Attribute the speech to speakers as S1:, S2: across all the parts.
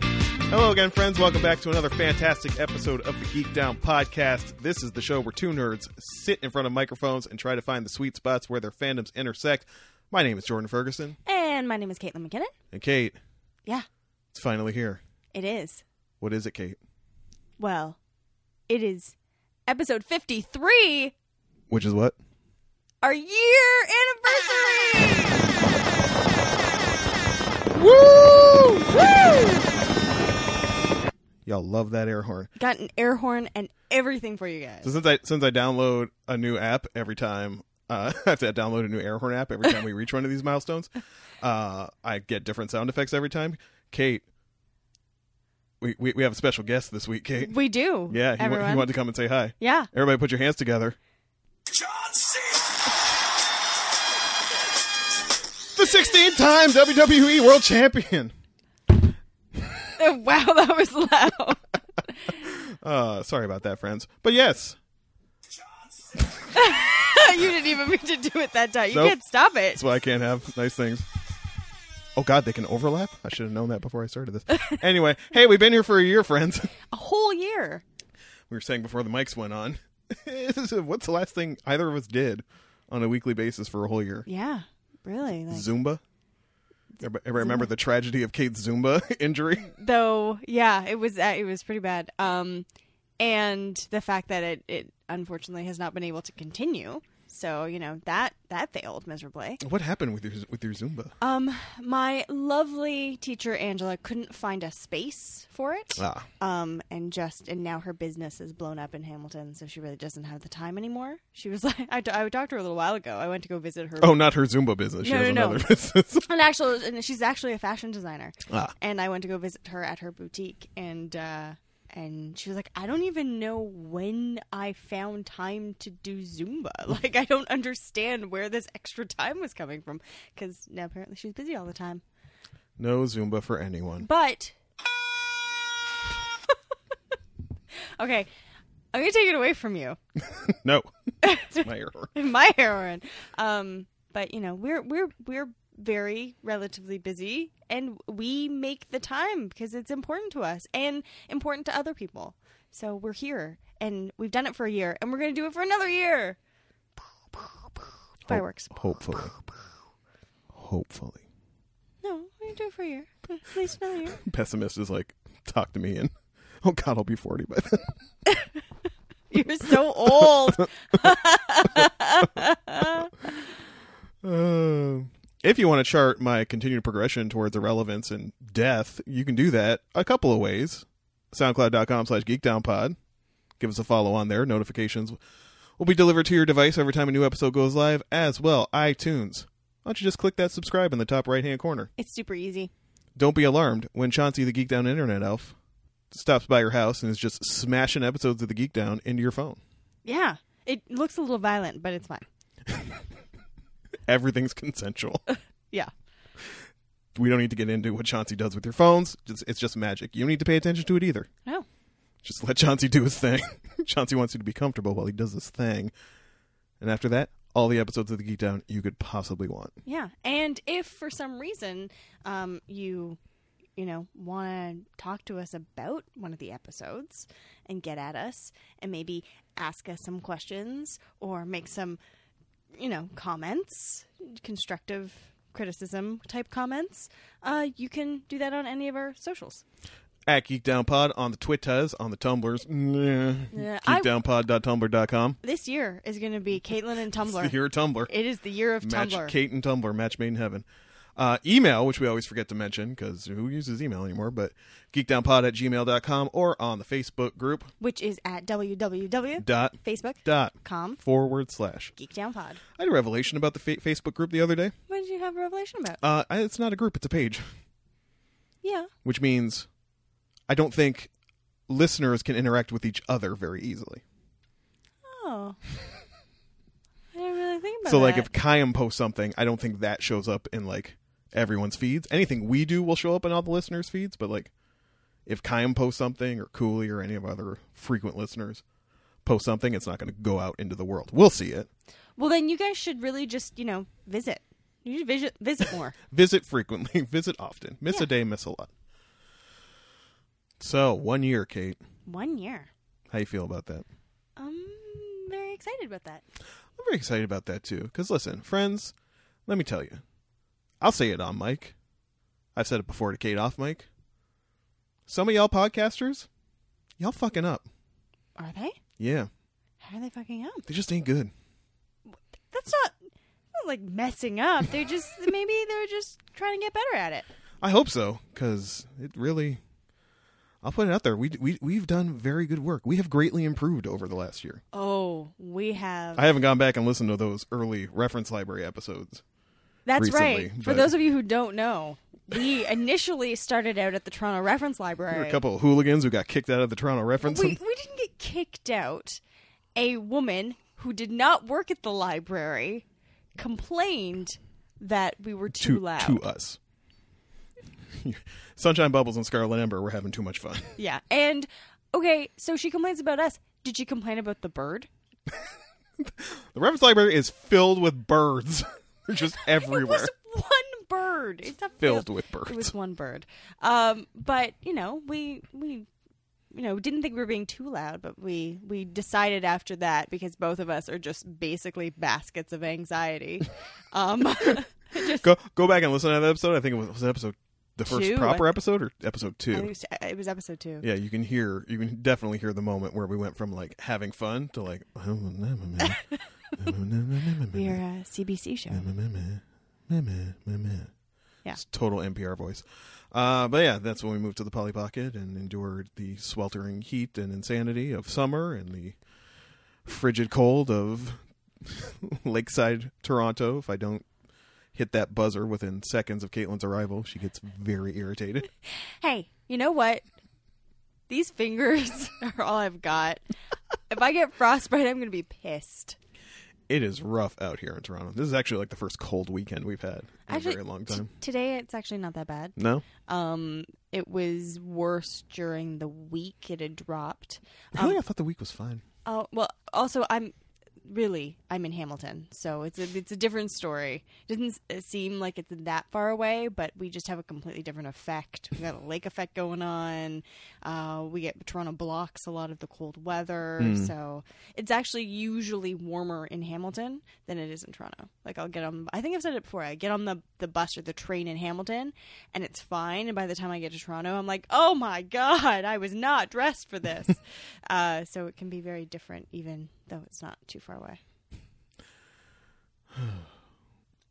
S1: Hello again, friends. Welcome back to another fantastic episode of the Geek Down Podcast. This is the show where two nerds sit in front of microphones and try to find the sweet spots where their fandoms intersect. My name is Jordan Ferguson,
S2: And my name is Caitlin McKinnon.
S1: and Kate,
S2: Yeah,
S1: it's finally here.
S2: it is.
S1: What is it, Kate?
S2: Well, it is episode 53,
S1: Which is what?
S2: our year anniversary! Woo! Woo!
S1: Y'all love that air horn.
S2: Got an air horn and everything for you
S1: So
S2: guys.
S1: since I since I download a new app every time, uh, I have to download a new air horn app every time we reach one of these milestones. Uh, I get different sound effects every time. Kate, we, we, we have a special guest this week, Kate.
S2: We do.
S1: Yeah, he, wa-
S2: everyone.
S1: he wanted to come and say hi.
S2: yeah.
S1: Everybody put your hands together.
S3: John Cena!
S1: The 16 time WWE World Champion.
S2: wow, that was loud.
S1: Uh, sorry about that, friends. But yes,
S2: you didn't even mean to do it that time. You
S1: Nope.
S2: can't stop it.
S1: that's why I can't have nice things. Oh, God, they can overlap? I should have known that before I started this. anyway, hey, we've been here for a year, friends.
S2: A whole year.
S1: we were saying before the mics went on. What's the last thing either of us did on a weekly basis for a whole year?
S2: Yeah, really. Like,
S1: Zumba? Everybody, everybody remember the tragedy of Kate's Zumba injury?
S2: though yeah it was uh, it was pretty bad um and the fact that it it unfortunately has not been able to continue so you know that that failed miserably
S1: What happened with your with your Zumba?
S2: um my lovely teacher angela couldn't find a space for it
S1: Ah,
S2: um and just and now her business is blown up in hamilton so she really doesn't have the time anymore she was like i, I talked to her a little while ago i went to go visit her
S1: oh, not her Zumba business. She
S2: No,
S1: has
S2: no, no.
S1: another business.
S2: an actual and she's actually a fashion designer
S1: Ah.
S2: and i went to go visit her at her boutique and uh and she was like i don't even know when i found time to do zumba like i don't understand where this extra time was coming from because now apparently she's busy all the time
S1: No Zumba for anyone.
S2: but okay i'm gonna take it away from you
S1: No. it's my error.
S2: my heroin. Um, but you know, we're we're we're very relatively busy, and we make the time because it's important to us and important to other people. So we're here, and we've done it for a year, and we're going to do it for another year. Fireworks.
S1: Hopefully. Hopefully.
S2: No, we're going to do it for a year. At least another year.
S1: Pessimist is like, talk to me and oh god, I'll be forty by then.
S2: You're so old.
S1: Uh, if you want to chart my continued progression towards irrelevance and death, you can do that a couple of ways. SoundCloud.com slash geekdownpod. Give us a follow on there. Notifications will be delivered to your device every time a new episode goes live, as well iTunes. Why don't you just click that subscribe in the top right hand corner?
S2: It's super easy.
S1: Don't be alarmed when Chauncey the Geek Down Internet Elf stops by your house and is just smashing episodes of the Geek Down into your phone.
S2: Yeah, it looks a little violent, but it's fine.
S1: Everything's consensual.
S2: Yeah.
S1: we don't need to get into what Chauncey does with your phones. Just, it's just magic. You don't need to pay attention to it either.
S2: No.
S1: Just let Chauncey do his thing. Chauncey wants you to be comfortable while he does his thing. And after that, all the episodes of the Geek Down you could possibly want.
S2: Yeah, and if for some reason um, you you know want to talk to us about one of the episodes and get at us and maybe ask us some questions or make some you know comments, constructive criticism type comments, uh, you can do that on any of our socials.
S1: At Geek Down Pod on the Twitters, on the Tumblrs. Yeah.
S2: Yeah, I-
S1: Geekdownpod.tumblr.com.
S2: This year is going to be Caitlin and
S1: It's the
S2: Tumblr.
S1: year of Tumblr.
S2: It is the year of
S1: match
S2: Tumblr.
S1: Kate and Tumblr, match made in heaven. Uh, email, which we always forget to mention because who uses email anymore, but geekdownpod at gmail.com or on the Facebook group
S2: which is at www.facebook.com
S1: dot dot forward slash.
S2: geekdownpod.
S1: I had a revelation about the fa- Facebook group the other day.
S2: What did you have a revelation about?
S1: Uh, I- it's not a group; it's a page,
S2: Yeah.
S1: which means I don't think listeners can interact with each other very easily.
S2: Oh. I didn't really think about
S1: so, like,
S2: that.
S1: if Kayam posts something, I don't think that shows up in like everyone's feeds. Anything we do will show up in all the listeners' feeds, but like, if Kayam posts something or Cooley or any of our other frequent listeners post something, it's not going to go out into the world. We'll see it.
S2: well, then you guys should really just you know visit. You should visit visit more.
S1: Visit frequently. Visit often. Miss
S2: Yeah.
S1: a day. Miss a lot. So one year, Kate.
S2: One year.
S1: How you feel about that?
S2: I'm very excited about that.
S1: I'm very excited about that too. Because listen, friends, let me tell you, I'll say it on mic. I've said it before to Kate off mic. Some of y'all podcasters, y'all fucking up.
S2: Are they?
S1: Yeah,
S2: How are they fucking up?
S1: they just ain't good.
S2: That's not, not like messing up. They're just maybe they're just trying to get better at it.
S1: I hope so, because it really. I'll put it out there. We we we've done very good work. We have greatly improved over the last year.
S2: Oh, we have.
S1: I haven't gone back and listened to those early reference library episodes.
S2: That's
S1: recently,
S2: right. For
S1: but-
S2: those of you who don't know, we initially started out at the Toronto Reference
S1: There were
S2: Library.
S1: a couple of hooligans who got kicked out of the Toronto Reference.
S2: we, we didn't get kicked out. A woman who did not work at the library complained that we were too,
S1: to
S2: loud.
S1: to us. Sunshine Bubbles and Scarlet Ember were having too much fun.
S2: Yeah. And okay, so she complains about us. Did she complain about the bird?
S1: The reference library is filled with birds. They're just
S2: It was
S1: everywhere.
S2: one bird. It's not
S1: Filled with birds.
S2: It was one bird. Um, but you know, we we you know didn't think we were being too loud, but we we decided after that because both of us are just basically baskets of anxiety. Um, just
S1: Go go back and listen to that episode. I think it was, was it episode the first
S2: Two,
S1: proper
S2: I-
S1: episode or episode
S2: I think it
S1: two.
S2: was- uh, it was episode two.
S1: Yeah, you can hear you can definitely hear the moment where we went from like having fun to like
S2: We are a CBC show.
S1: Mm-hmm.
S2: Yeah.
S1: It's total NPR voice. Uh, but yeah, that's when we moved to the Polly Pocket and endured the sweltering heat and insanity of summer and the frigid cold of lakeside Toronto. If I don't hit that buzzer within seconds of Caitlin's arrival, she gets very irritated.
S2: Hey, you know what? These fingers are all I've got. if I get frostbite, I'm gonna be pissed.
S1: It is rough out here in Toronto. This is actually like the first cold weekend we've had in
S2: Actually,
S1: a very long
S2: t-
S1: time.
S2: today it's actually not that bad.
S1: No?
S2: Um, it was worse during the week. It had dropped. Um,
S1: Really? I thought the week was fine.
S2: Oh well. Also, I'm really I'm in Hamilton, so it's a it's a different story. Doesn't s- seem like it's that far away, but we just have a completely different effect. We got a lake effect going on. Uh, we get Toronto blocks a lot of the cold weather, so it's actually usually warmer in Hamilton than it is in Toronto. Like I'll get on. I think I've said it before. I get on the the bus or the train in Hamilton, and it's fine. And by the time I get to Toronto, I'm like, oh my god, I was not dressed for this. uh, so it can be very different, even though it's not too far away.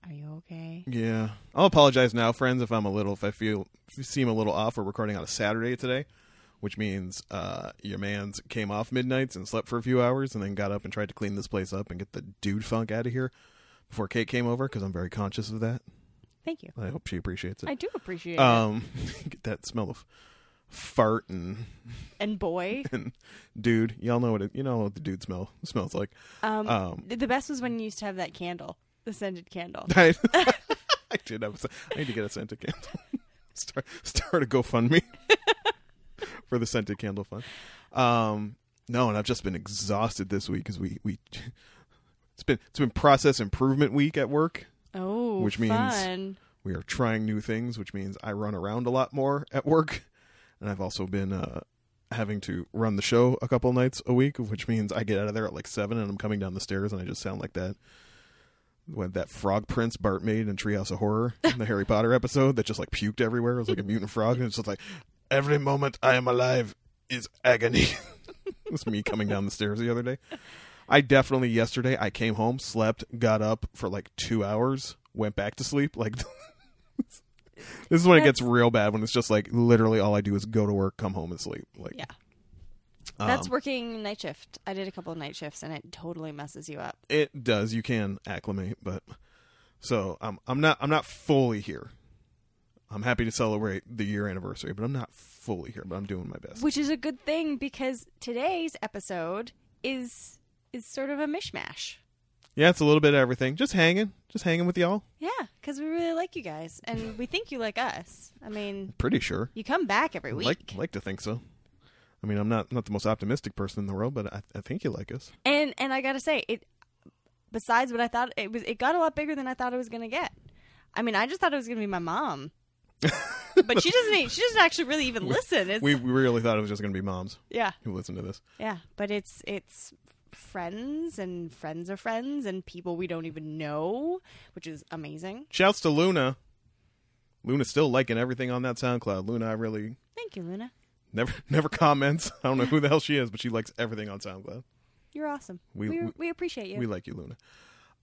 S2: Are you okay?
S1: Yeah, I'll apologize now, friends, if I'm a little, if I feel if seem a little off. We're recording on a Saturday today, which means uh, your man's came off midnights and slept for a few hours, and then got up and tried to clean this place up and get the dude funk out of here before Kate came over because I'm very conscious of that.
S2: Thank you.
S1: I hope she appreciates it.
S2: I do appreciate it.
S1: um, get that smell of fart and,
S2: And boy,
S1: and dude, y'all know what it, you know what the dude smell smells like.
S2: um,
S1: Um,
S2: the best was when you used to have that candle, the scented candle.
S1: I, I did. Have a, I need to get a scented candle. start start a GoFundMe for the scented candle fund. Um, no, and I've just been exhausted this week because we we it's been it's been process improvement week at work.
S2: Oh,
S1: Which means-
S2: fun.
S1: We are trying new things, which means I run around a lot more at work, and I've also been uh, having to run the show a couple nights a week, which means I get out of there at like seven, and I'm coming down the stairs, and I just sound like that when that frog prince Bart made in Treehouse of Horror in the Harry Potter episode that just like puked everywhere. It was like a mutant frog, and it's just like every moment I am alive is agony. it was me coming down the stairs the other day. I definitely yesterday I came home, slept, got up for like two hours, went back to sleep. Like this is when it gets real bad when it's just like literally all I do is go to work, come home and sleep. Like
S2: Yeah.
S1: um,
S2: That's working night shift. I did a couple of night shifts and it totally messes you up.
S1: it does. You can acclimate, but so I'm I'm not I'm not fully here. I'm happy to celebrate the year anniversary, but I'm not fully here. But I'm doing my best.
S2: Which is a good thing because today's episode is is sort of a mishmash.
S1: Yeah, it's a little bit of everything. Just hanging, just hanging with y'all.
S2: Yeah, because we really like you guys and we think you like us. I mean,
S1: Pretty sure.
S2: you come back every week.
S1: Like like to think so. I mean, I'm not not the most optimistic person in the world, but I, I think you like us.
S2: And and I gotta say, it besides what I thought it was it got a lot bigger than I thought it was gonna get. I mean, I just thought it was gonna be my mom. but she doesn't. e- She doesn't actually really even listen. It's,
S1: We we really thought it was just going to be moms
S2: yeah,
S1: who listen to this.
S2: yeah. But it's it's friends and friends of friends and people we don't even know, which is amazing.
S1: Shouts to Luna. Luna's still liking everything on that SoundCloud. Luna, I really
S2: Thank you, Luna.
S1: never never comments. I don't know who the hell she is, but she likes everything on SoundCloud.
S2: You're awesome.
S1: We-
S2: We we,
S1: we-
S2: appreciate you.
S1: We like you, Luna.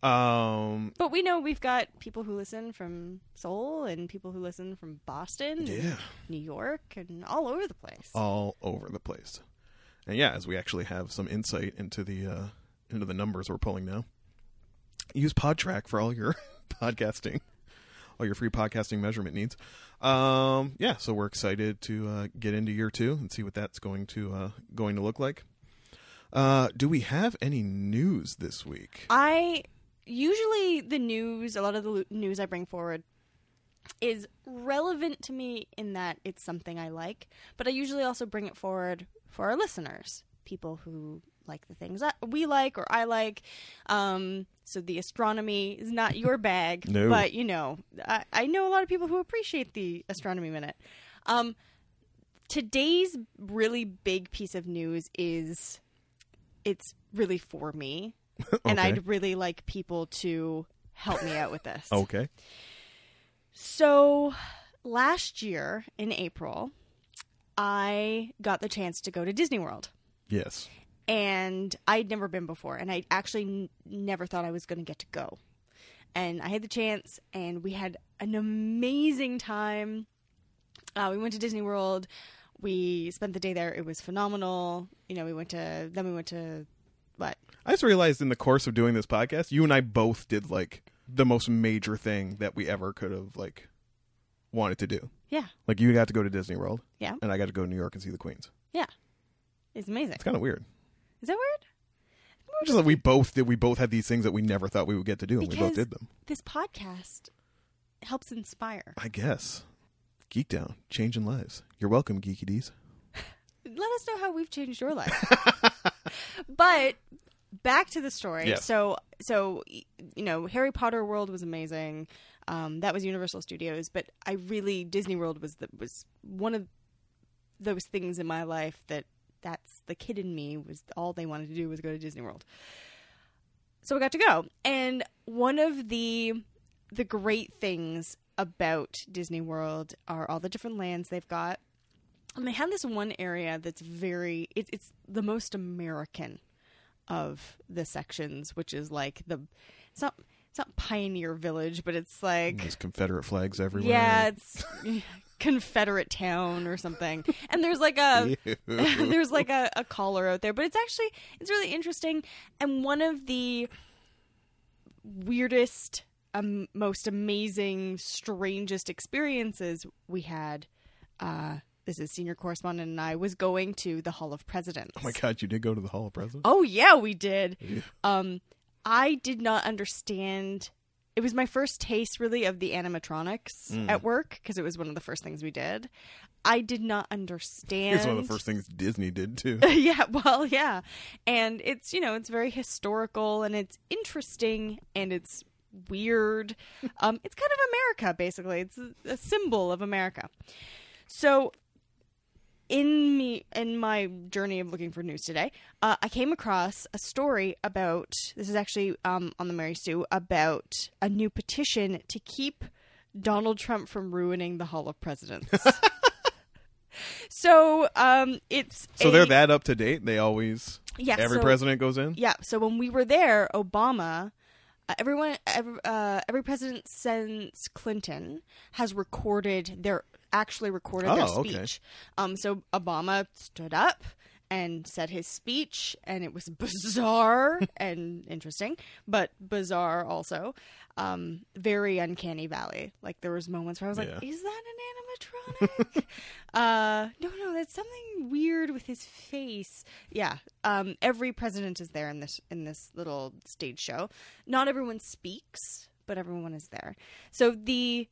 S1: Um,
S2: but we know we've got people who listen from Seoul and people who listen from Boston, and
S1: Yeah.
S2: New York, and all over the place.
S1: all over the place. And yeah, as we actually have some insight into the uh, into the numbers we're pulling now, use PodTrack for all your podcasting, all your free podcasting measurement needs. Um, yeah, so we're excited to uh, get into year two and see what that's going to uh, going to look like. Uh, do we have any news this week?
S2: I usually the news, a lot of the lo- news I bring forward is relevant to me in that it's something I like, but I usually also bring it forward for our listeners, people who like the things that we like or I like. Um, so the astronomy is not your bag,
S1: No.
S2: but you know, I, I know a lot of people who appreciate the astronomy minute. Um, today's really big piece of news is it's really for me and
S1: Okay.
S2: I'd really like people to help me out with this.
S1: Okay.
S2: So last year in April, I got the chance to go to Disney World.
S1: Yes.
S2: And I'd never been before, and I actually n- never thought I was going to get to go. And I had the chance, and we had an amazing time. Uh, we went to Disney World. We spent the day there. It was phenomenal. You know, we went to then we went to what
S1: I just realized in the course of doing this podcast, you and I both did like the most major thing that we ever could have like wanted to do.
S2: Yeah.
S1: Like you got to go to Disney World.
S2: Yeah.
S1: And I got to go to New York and see the Queens.
S2: Yeah. It's amazing.
S1: It's kind of weird.
S2: Is that weird?
S1: Just that we both did. We both had these things that we never thought we would get to do, and we both
S2: Because-
S1: did them.
S2: This podcast helps inspire.
S1: I guess. Geek Down, changing lives. You're welcome, Geeky D's.
S2: Let us know how we've changed your life. but back to the story.
S1: Yes.
S2: So so y- you know, Harry Potter World was amazing. Um, that was Universal Studios, but I really Disney World was the, was one of those things in my life that that's the kid in me was all they wanted to do was go to Disney World. So I got to go. And one of the the great things about Disney World are all the different lands they've got. And they have this one area that's very it, it's the most American of the sections, which is like the it's not it's not Pioneer Village, but it's like
S1: There's Confederate flags everywhere.
S2: yeah, it's Confederate town or something. And there's like a there's like a, a collar out there, but it's actually it's really interesting. And one of the weirdest, um, most amazing, strangest experiences we had. Uh, this is senior correspondent and I was going to the Hall of Presidents.
S1: Oh my God, you did go to the Hall of Presidents?
S2: Oh yeah, we did. Um, I did not understand. It was my first taste, really, of the animatronics at work because it was one of the first things we did. I did not understand.
S1: It's one of the first things Disney did too.
S2: yeah, well, yeah, and it's you know it's very historical and it's interesting and it's weird. um, it's kind of America, basically. It's a- a symbol of America. So in me in my journey of looking for news today, uh, I came across a story about this is actually um, on the Mary Sue about a new petition to keep Donald Trump from ruining the Hall of Presidents. so um, it's
S1: So
S2: a-
S1: they're that up to date. They always.
S2: Yeah,
S1: Every
S2: so-
S1: president goes in.
S2: yeah. So when we were there, Obama, uh, everyone, every, uh, every president since Clinton has recorded their actually recorded their
S1: Oh, okay.
S2: speech. Um, so Obama stood up and said his speech, and it was bizarre and interesting, but bizarre also. Um, very uncanny valley. Like there was moments where I was like,
S1: Yeah.
S2: "Is that an animatronic?" Uh, no, no, that's something weird with his face. Yeah. Um, every president is there in this in this little stage show. Not everyone speaks, but everyone is there. So the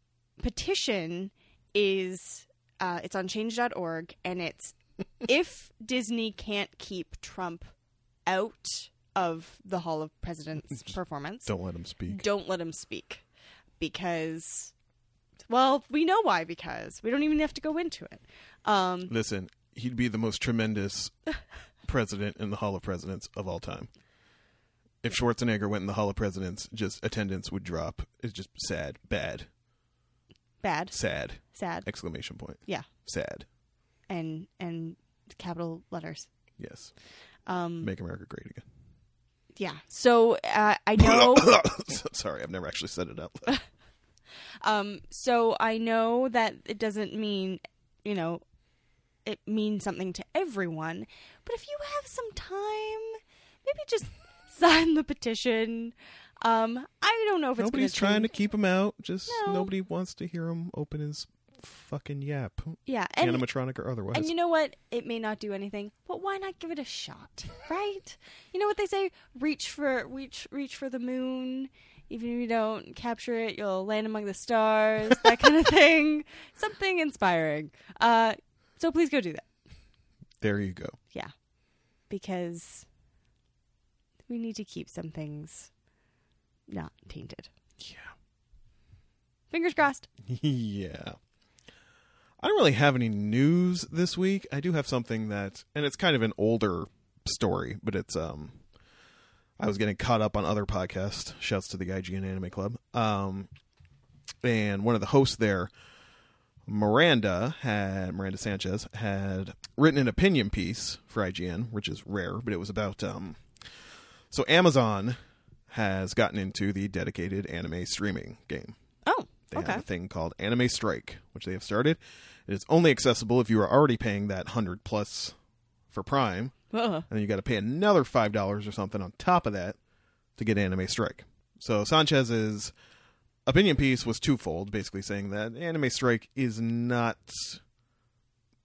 S2: petition is uh, it's on change.org and it's if Disney can't keep Trump out of the Hall of Presidents performance
S1: Don't let them speak.
S2: don't let him speak because Well, we know why because we don't even have to go into it. Um,
S1: Listen, he'd be the most tremendous president in the Hall of Presidents of all time. If Schwarzenegger went in the Hall of Presidents, just attendance would drop. It's just sad, bad,
S2: bad,
S1: sad!
S2: sad,
S1: Exclamation point.
S2: yeah,
S1: Sad.
S2: and and capital letters.
S1: Yes.
S2: Um,
S1: Make America great again.
S2: yeah. So uh, I know.
S1: Sorry, I've never actually said it out loud.
S2: Um, so I know that it doesn't mean, you know, it means something to everyone, but if you have some time, maybe just sign the petition. Um, I don't know if it's
S1: Nobody's
S2: gonna
S1: trying to keep him out. Just
S2: No.
S1: nobody wants to hear him open his fucking yap,
S2: yeah, and
S1: animatronic or otherwise.
S2: and you know what? It may not do anything, but why not give it a shot, right? you know what they say: reach for reach reach for the moon. Even if you don't capture it, you'll land among the stars. That kind of thing. Something inspiring. Uh, so please go do that.
S1: there you go.
S2: Yeah. Because we need to keep some things not tainted.
S1: Yeah.
S2: Fingers crossed.
S1: yeah. I don't really have any news this week. I do have something that, and it's kind of an older story, but it's um, I was getting caught up on other podcasts. Shouts to the IGN Anime Club. Um, and one of the hosts there, Miranda had Miranda Sanchez had written an opinion piece for IGN, which is rare, but it was about um, so Amazon has gotten into the dedicated anime streaming game.
S2: Oh,
S1: They
S2: okay.
S1: have a thing called Anime Strike, which they have started. It is only accessible if you are already paying that hundred plus for Prime,
S2: Whoa.
S1: and then you got to pay another five dollars or something on top of that to get Anime Strike. So Sanchez's opinion piece was twofold, basically saying that Anime Strike is not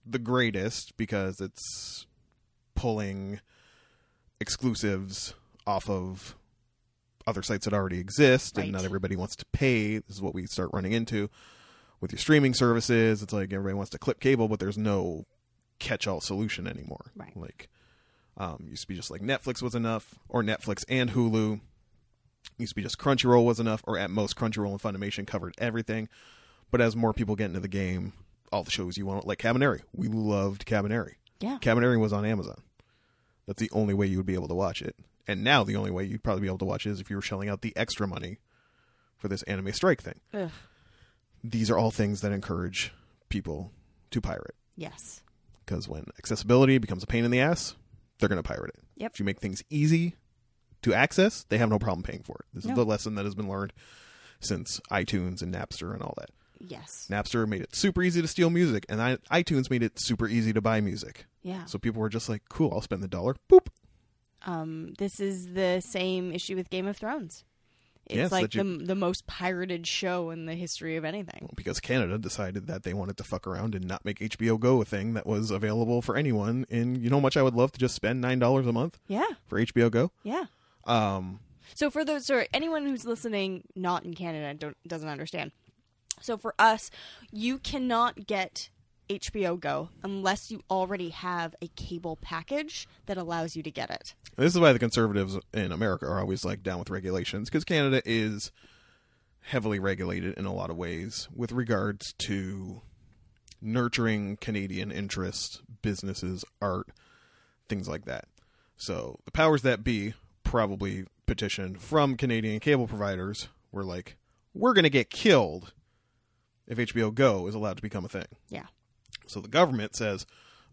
S1: the greatest because it's pulling exclusives off of other sites that already exist and
S2: Right.
S1: not everybody wants to pay this is what we start running into with your streaming services it's like everybody wants to clip cable but there's no catch-all solution anymore
S2: Right.
S1: like um, used to be just like netflix was enough or netflix and hulu used to be just crunchyroll was enough or at most crunchyroll and funimation covered everything but as more people get into the game all the shows you want like cabaneri we loved cabaneri
S2: Yeah.
S1: Cabaneri was on Amazon. That's the only way you would be able to watch it. And now the only way you'd probably be able to watch it is if you were shelling out the extra money for this anime strike thing.
S2: Ugh.
S1: These are all things that encourage people to pirate
S2: Yes.
S1: because when accessibility becomes a pain in the ass, they're going to pirate it.
S2: Yep.
S1: If you make things easy to access, they have no problem paying for it. This
S2: No.
S1: is the lesson that has been learned since iTunes and Napster and all that.
S2: Yes.
S1: Napster made it super easy to steal music, and I- iTunes made it super easy to buy music.
S2: Yeah.
S1: So people were just like, cool, I'll spend the dollar. Boop.
S2: Um, this is the same issue with Game of Thrones. It's
S1: Yes,
S2: like
S1: that you-
S2: the the most pirated show in the history of anything.
S1: Because Canada decided that they wanted to fuck around and not make HBO Go a thing that was available for anyone. And you know how much I would love to just spend $9 a month
S2: Yeah.
S1: for HBO Go?
S2: Yeah.
S1: Um,
S2: So for those or anyone who's listening not in Canada and don't doesn't understand. So for us, you cannot get HBO Go unless you already have a cable package that allows you to get it.
S1: this is why the conservatives in America are always like down with regulations because Canada is heavily regulated in a lot of ways with regards to nurturing Canadian interests, businesses, art, things like that. So the powers that be probably petitioned from Canadian cable providers were like, we're going to get killed if HBO Go is allowed to become a thing.
S2: Yeah.
S1: So the government says,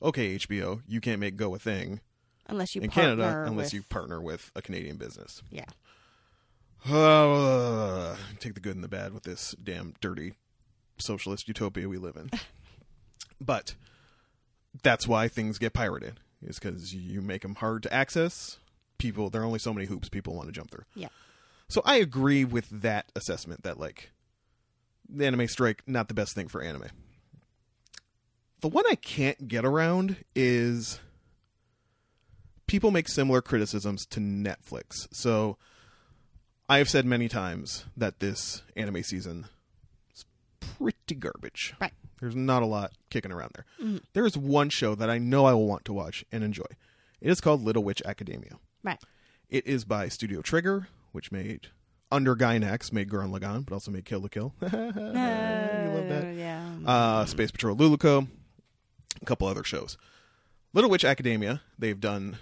S1: okay, HBO, you can't make Go a thing
S2: Unless you
S1: in
S2: partner
S1: Canada unless
S2: with-
S1: you partner with a Canadian business.
S2: Yeah.
S1: Uh, take the good and the bad with this damn dirty socialist utopia we live in. but that's why things get pirated, is because you make them hard to access. People, there are only so many hoops people want to jump through.
S2: Yeah.
S1: So I agree with that assessment that, like, the anime strike, not the best thing for anime. The one I can't get around is people make similar criticisms to Netflix. So I have said many times that this anime season is pretty garbage.
S2: Right.
S1: There's not a lot kicking around there. There is one show that I know I will want to watch and enjoy. It is called Little Witch Academia.
S2: Right.
S1: It is by Studio Trigger, which made under Gynax made Gurren Lagann, but also made Kill the Kill. you Uh, love that.
S2: Uh, Yeah.
S1: Uh, Space Patrol Luluco, a couple other shows. Little Witch Academia, they've done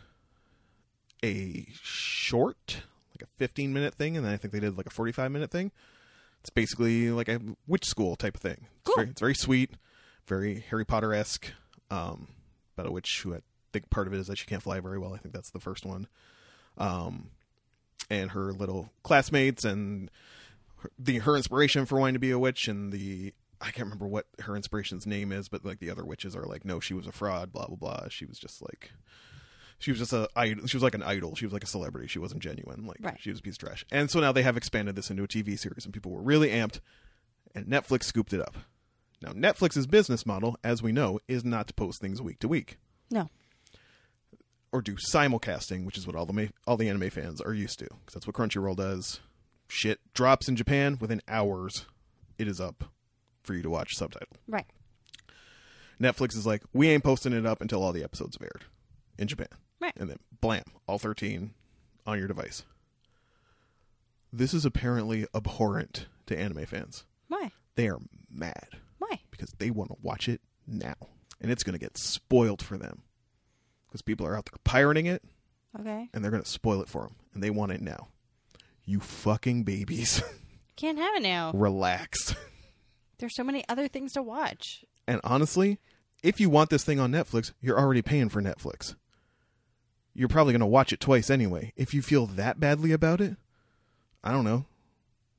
S1: a short, like a 15 minute thing, and then I think they did like a 45 minute thing. It's basically like a witch school type of thing. It's,
S2: Cool.
S1: very, it's very sweet, very Harry Potter esque, um, about a witch who I think part of it is that she can't fly very well. I think that's the first one. Um, and her little classmates and her, the her inspiration for wanting to be a witch and the I can't remember what her inspiration's name is, but like the other witches are like, no, she was a fraud, blah blah blah. She was just like, she was just a idol. She was like an idol. She was like a celebrity. She wasn't genuine. Like
S2: Right.
S1: she was a piece of trash. And so now they have expanded this into a TV series, and people were really amped. And Netflix scooped it up. Now Netflix's business model, as we know, is not to post things week to week
S2: no.
S1: or do simulcasting, which is what all the ma- all the anime fans are used to, because that's what Crunchyroll does. Shit drops in Japan within hours; it is up for you to watch subtitle.
S2: Right.
S1: Netflix is like, we ain't posting it up until all the episodes have aired in Japan,
S2: Right.
S1: and then blam, all thirteen on your device. This is apparently abhorrent to anime fans.
S2: Why?
S1: They are mad
S2: Why?
S1: because they want to watch it now, and it's going to get spoiled for them because people are out there pirating it
S2: Okay.
S1: and they're going to spoil it for them and they want it now you fucking babies
S2: Can't have it now.
S1: relax
S2: There's so many other things to watch.
S1: and honestly if you want this thing on netflix you're already paying for netflix you're probably going to watch it twice anyway if you feel that badly about it i don't know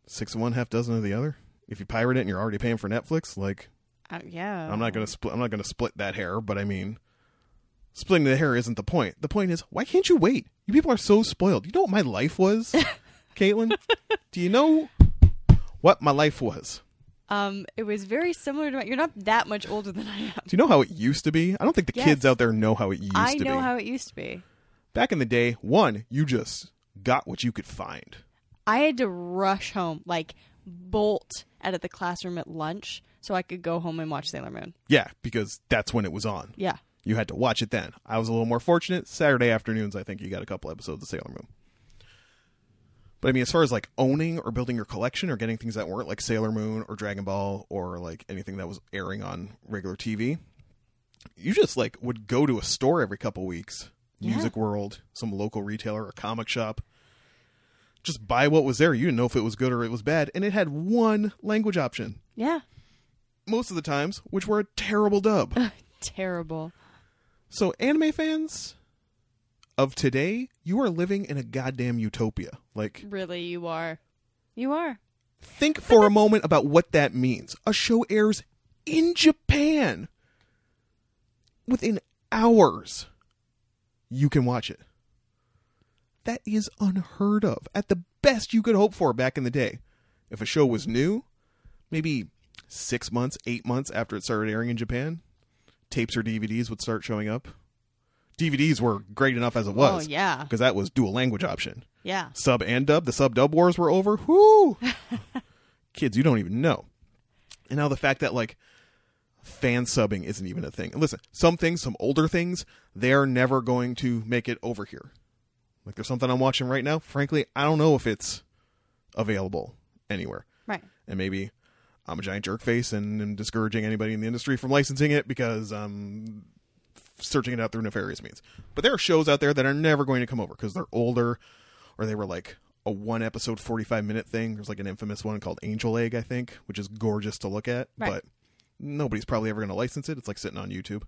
S1: six of one half dozen of the other if you pirate it and you're already paying for netflix like
S2: Uh, yeah.
S1: i'm not going to split i'm not going to split that hair but i mean splitting the hair isn't the point the point is why can't you wait you people are so spoiled you know what my life was caitlin do you know what my life was
S2: Um, it was very similar to my. You're not that much older than I am.
S1: do you know how it used to be i don't think the
S2: Yes.
S1: kids out there know how it used
S2: I
S1: to
S2: know
S1: be
S2: how it used to be.
S1: back in the day one you just got what you could find
S2: I had to rush home, like bolt out of the classroom at lunch, so I could go home and watch Sailor Moon.
S1: yeah because that's when it was on
S2: Yeah.
S1: you had to watch it then. I was a little more fortunate. Saturday afternoons, I think you got a couple episodes of Sailor Moon. But I mean, as far as like owning or building your collection or getting things that weren't like Sailor Moon or Dragon Ball or like anything that was airing on regular TV, you just like would go to a store every couple weeks,
S2: Yeah.
S1: Music World, some local retailer or comic shop. Just buy what was there. You didn't know if it was good or it was bad, and it had one language option
S2: Yeah.
S1: most of the times, which were a terrible dub.
S2: Terrible.
S1: So, anime fans of today, you are living in a goddamn utopia. Like,
S2: Really, you are. You are.
S1: think for a moment about what that means. A show airs in Japan within hours. You can watch it. That is unheard of. At the best you could hope for back in the day. If a show was new, maybe six months, eight months after it started airing in Japan, tapes or DVDs would start showing up. DVDs were great enough as it was.
S2: Oh yeah.
S1: Because that was dual language option
S2: Yeah.
S1: sub and dub. The sub dub wars were over. Whoo! Kids, you don't even know. And now the fact that like fan subbing isn't even a thing. Listen, some things, some older things, they're never going to make it over here. Like there's something I'm watching right now. Frankly, I don't know if it's available anywhere.
S2: Right.
S1: And maybe I'm a giant jerk face and am discouraging anybody in the industry from licensing it because I'm searching it out through nefarious means. But there are shows out there that are never going to come over because they're older or they were like a one episode 45 minute thing. There's like an infamous one called Angel Egg, I think, which is gorgeous to look at,
S2: Right.
S1: but nobody's probably ever going to license it. It's like sitting on YouTube.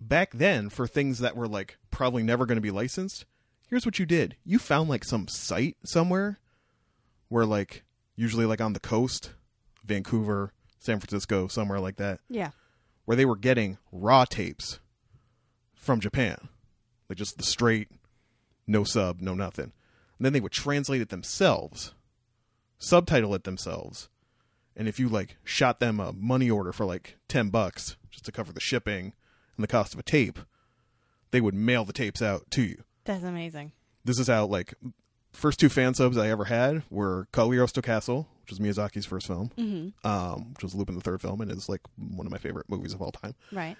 S1: Back then, for things that were like probably never going to be licensed, here's what you did you found like some site somewhere where like usually like on the coast, Vancouver, San Francisco, somewhere like that
S2: Yeah.
S1: where they were getting raw tapes from Japan, like just the straight, no sub, no nothing. And then they would translate it themselves, subtitle it themselves, and if you like shot them a money order for like ten bucks just to cover the shipping and the cost of a tape, they would mail the tapes out to you.
S2: That's amazing.
S1: This is how like first two fan subs I ever had were Cagliostro Castle, which was Miyazaki's first film, um, which was Lupin the third film, and is like one of my favorite movies of all time
S2: Right.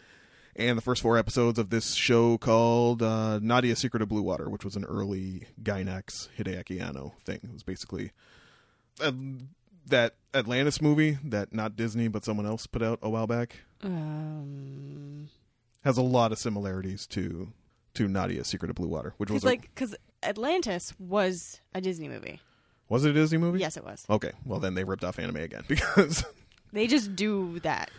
S1: and the first four episodes of this show called uh, Nadia Secret of Blue Water, which was an early Gainax Hideaki Anno thing. It was basically uh, that Atlantis movie that not Disney but someone else put out a while back
S2: Um,
S1: has a lot of similarities to to Nadia's Secret of Blue Water, which was
S2: because
S1: a,
S2: like because Atlantis was a Disney movie.
S1: was it a Disney movie?
S2: Yes, it was.
S1: Okay, well then they ripped off anime again because
S2: They just do that.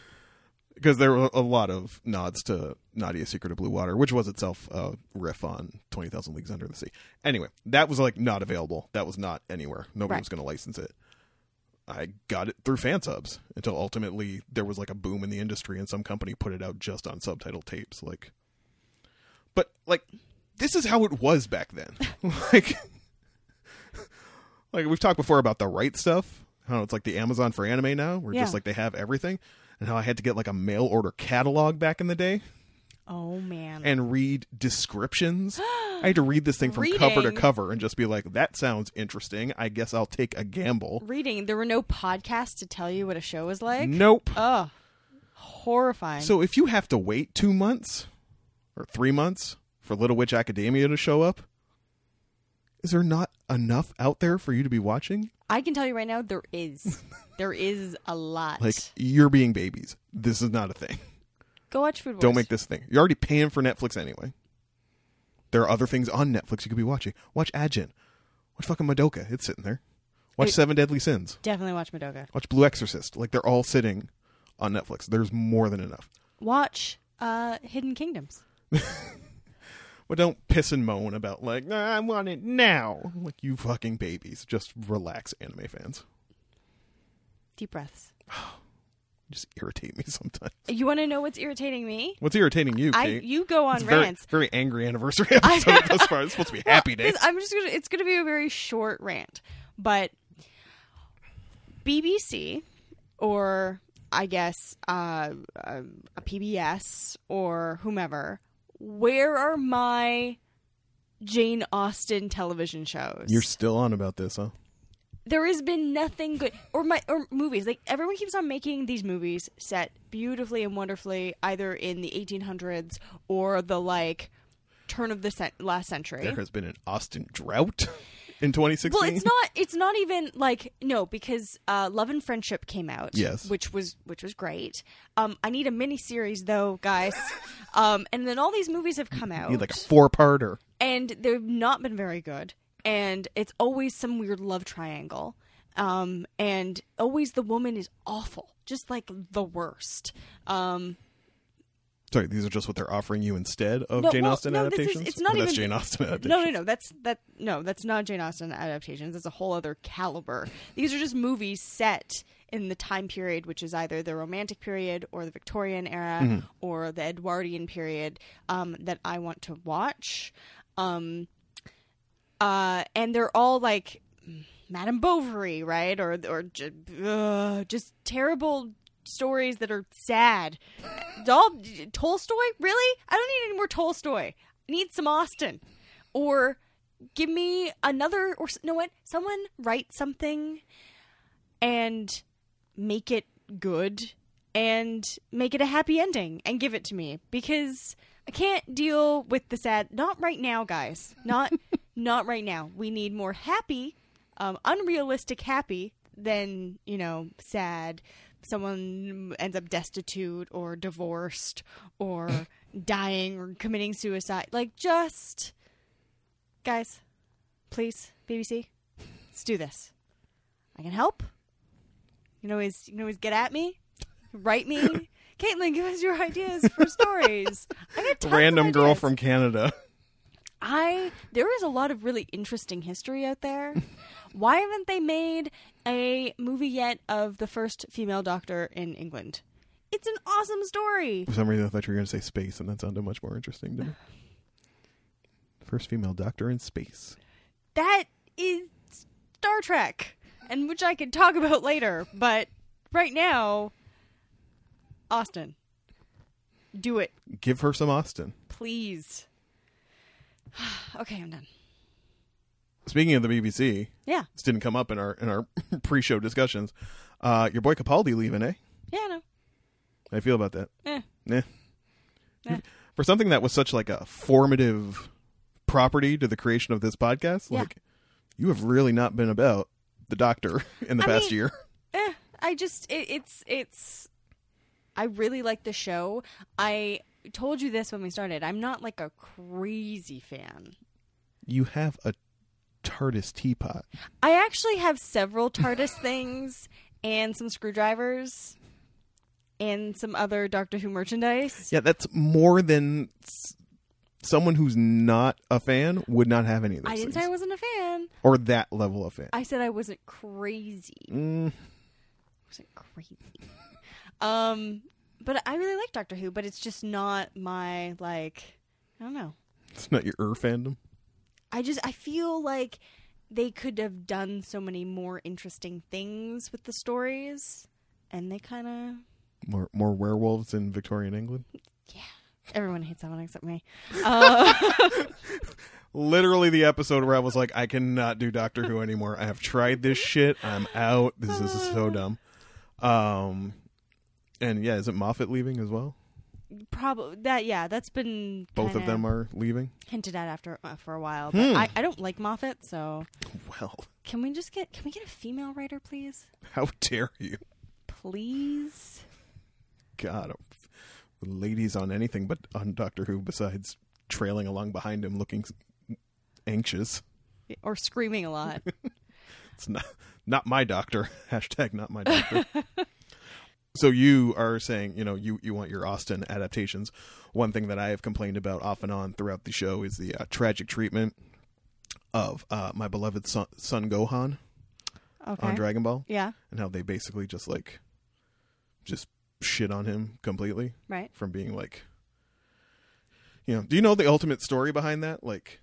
S1: because there were a lot of nods to Nadia's Secret of Blue Water, which was itself a riff on Twenty Thousand Leagues Under the Sea. Anyway, that was like not available. That was not anywhere. Nobody
S2: Right.
S1: was going to license it. I got it through fan subs until ultimately there was like a boom in the industry and some company put it out just on subtitle tapes. Like, but like this is how it was back then. like, like we've talked before about the right stuff. How it's like the Amazon for anime now, where just
S2: Yeah.
S1: like they have everything, and how I had to get like a mail order catalog back in the day
S2: Oh man.
S1: and read descriptions. I had to read this thing from cover to
S2: Reading.
S1: cover and just be like, "That sounds interesting. I guess I'll take a gamble."
S2: Reading. There were no podcasts to tell you what a show was like.
S1: Nope.
S2: Oh, horrifying.
S1: Mm. So if you have to wait two months or three months for Little Witch Academia to show up, is there not enough out there for you to be watching?
S2: I can tell you right now, there is. there is a lot.
S1: Like you're being babies. This is not a thing.
S2: Go watch Food Wars.
S1: Don't make this a thing. You're already paying for Netflix anyway. There are other things on Netflix you could be watching. Watch Agent. Watch fucking Madoka. It's sitting there. Watch
S2: It-
S1: Seven Deadly Sins.
S2: Definitely watch Madoka.
S1: Watch Blue Exorcist. Like they're all sitting on Netflix. There's more than enough.
S2: Watch uh, Hidden Kingdoms.
S1: But don't piss and moan about like nah, I want it now. Like you fucking babies. Just relax, anime fans.
S2: Deep breaths.
S1: Just irritate me sometimes.
S2: You want to know what's irritating me?
S1: What's irritating you,
S2: I
S1: Kate?
S2: you go on
S1: It's a very,
S2: rants.
S1: very angry anniversary episode thus far. It's supposed to be happy day.
S2: This- I'm just gonna. It's gonna be a very short rant, but BBC or I guess uh, a, a PBS or whomever. Where are my Jane Austen television shows?
S1: You're still on about this, huh?
S2: there has been nothing good or my or movies like everyone keeps on making these movies set beautifully and wonderfully either in the 1800s or the like turn of the cent- last century
S1: There has been an Austin drought in 2016.
S2: well it's not it's not even like no because uh, love and friendship came out
S1: Yes.
S2: which was which was great um i need a mini series though guys um and then all these movies have come out
S1: You need, like a four-parter.
S2: and they've not been very good. And it's always some weird love triangle. Um, and always the woman is awful, just like the worst. Um,
S1: Sorry, these are just what they're offering you instead of
S2: No,
S1: Jane
S2: well,
S1: Austen
S2: no, this is-
S1: adaptations.
S2: it's not
S1: Or that's
S2: even-
S1: Jane Austen adaptations.
S2: no, no, no, that's that. No, that's not Jane Austen adaptations. That's a whole other caliber. These are just movies set in the time period, which is either the Romantic period or the Victorian era or the Edwardian period um, that I want to watch. Um, uh, and they're all like Madame Bovary, right? Or or ju- ugh, just terrible stories that are sad. All Tolstoy, really? I don't need any more Tolstoy. I need some Austin, or give me another. Or s- you know what? Someone write something and make it good and make it a happy ending and give it to me because I can't deal with the sad. Not right now, guys. Not not right now. We need more happy, um, unrealistic happy than you know sad. Someone ends up destitute or divorced or dying or committing suicide. Like just guys, please BBC, let's do this. I can help. You can always you can always get at me, write me. Caitlin, give us your ideas for stories. I got tons of
S1: Random girl
S2: ideas.
S1: from Canada.
S2: I there is a lot of really interesting history out there. Why haven't they made a movie yet of the first female doctor in England? It's an awesome story.
S1: For some reason, I thought you were going to say space, and that sounded much more interesting to me. First female doctor in space.
S2: That is Star Trek, and which I could talk about later, but right now Austin. Do it,
S1: Give her some Austin.
S2: please. okay, I'm done.
S1: Speaking of the BBC,
S2: Yeah.
S1: this didn't come up in our in our pre-show discussions. Uh, your boy Capaldi leaving, eh?
S2: Yeah, no.
S1: How you feel about that?
S2: Eh.
S1: Nah.
S2: Eh.
S1: For something that was such like a formative property to the creation of this podcast,
S2: Yeah.
S1: like you have really not been about the doctor in the
S2: I
S1: past
S2: mean-
S1: year.
S2: Eh, I just it, it's it's I really like the show. I told you this when we started. I'm not like a crazy fan.
S1: You have a TARDIS teapot.
S2: I actually have several TARDIS things and some screwdrivers and some other Doctor Who merchandise.
S1: Yeah, that's more than s- someone who's not a fan would not have any of those
S2: I didn't
S1: things.
S2: say I wasn't a fan.
S1: or that level of fan.
S2: I said I wasn't crazy.
S1: Mm,
S2: wasn't crazy. um, but I really like Doctor Who, but it's just not my like. I don't know.
S1: it's not your Ur fandom.
S2: I just I feel like they could have done so many more interesting things with the stories, and they kind of
S1: More more werewolves in Victorian England.
S2: everyone hates that one except me. Uh,
S1: Literally the episode where I was like, I cannot do Doctor Who anymore. I have tried this shit. I'm out. This is so dumb. Um, and yeah, is it Moffat leaving as well?
S2: probably that yeah, that's been
S1: Both of
S2: kinda
S1: them are leaving.
S2: hinted at after uh, for a while. But
S1: Hmm.
S2: I, I don't like Moffat, so
S1: Well,
S2: can we just get can we get a female writer, please?
S1: how dare you?
S2: Please.
S1: God, ladies on anything but on Doctor Who besides trailing along behind him looking s- anxious.
S2: Or screaming a lot.
S1: It's not not my doctor. Hashtag not my doctor. so you are saying, you know, you, you want your Austin adaptations. One thing that I have complained about off and on throughout the show is the uh, tragic treatment of uh, my beloved son, son Gohan
S2: Okay.
S1: on Dragon Ball
S2: Yeah.
S1: and how they basically just like just shit on him completely.
S2: Right.
S1: from being like you know do you know the ultimate story behind that like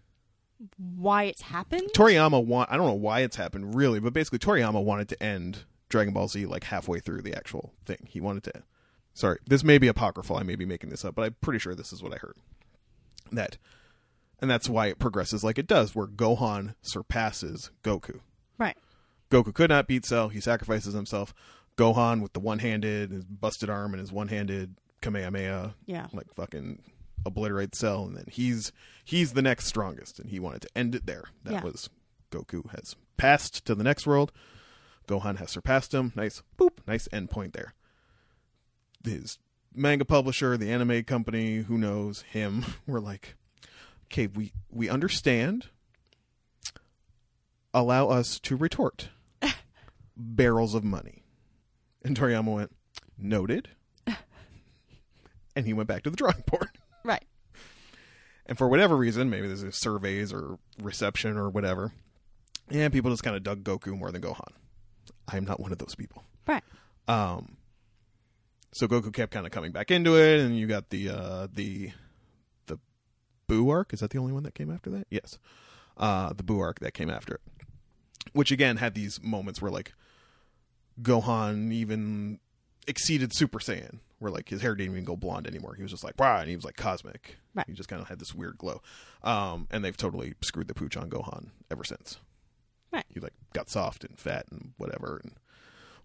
S2: Why it's happened?
S1: toriyama want i don't know why it's happened really but basically toriyama wanted to end dragon ball z like halfway through the actual thing he wanted to sorry this may be apocryphal i may be making this up but i'm pretty sure this is what i heard that and that's why it progresses like it does where gohan surpasses goku
S2: Right.
S1: Goku could not beat Cell. He sacrifices himself. Gohan with the one-handed, his busted arm, and his one-handed Kamehameha,
S2: Yeah.
S1: like fucking obliterates Cell, and then he's he's the next strongest, and he wanted to end it there. That
S2: Yeah.
S1: was Goku has passed to the next world. Gohan has surpassed him. Nice boop, nice end point there. His manga publisher, the anime company, who knows him, were like, okay, we we understand. Allow us to retort barrels of money. And Toriyama went, noted. and he went back to the drawing board.
S2: Right.
S1: And for whatever reason, maybe this is surveys or reception or whatever, yeah, people just kind of dug Goku more than Gohan. I'm not one of those people.
S2: Right.
S1: Um, so Goku kept kind of coming back into it, and you got the uh, the the Boo arc. Is that the only one that came after that? Yes, uh, the Boo arc that came after it, which again had these moments where like Gohan even exceeded Super Saiyan, where like his hair didn't even go blonde anymore. He was just like wow, and he was like cosmic.
S2: Right.
S1: He just kind of had this weird glow, um, and they've totally screwed the pooch on Gohan ever since.
S2: Right.
S1: He like got soft and fat and whatever, and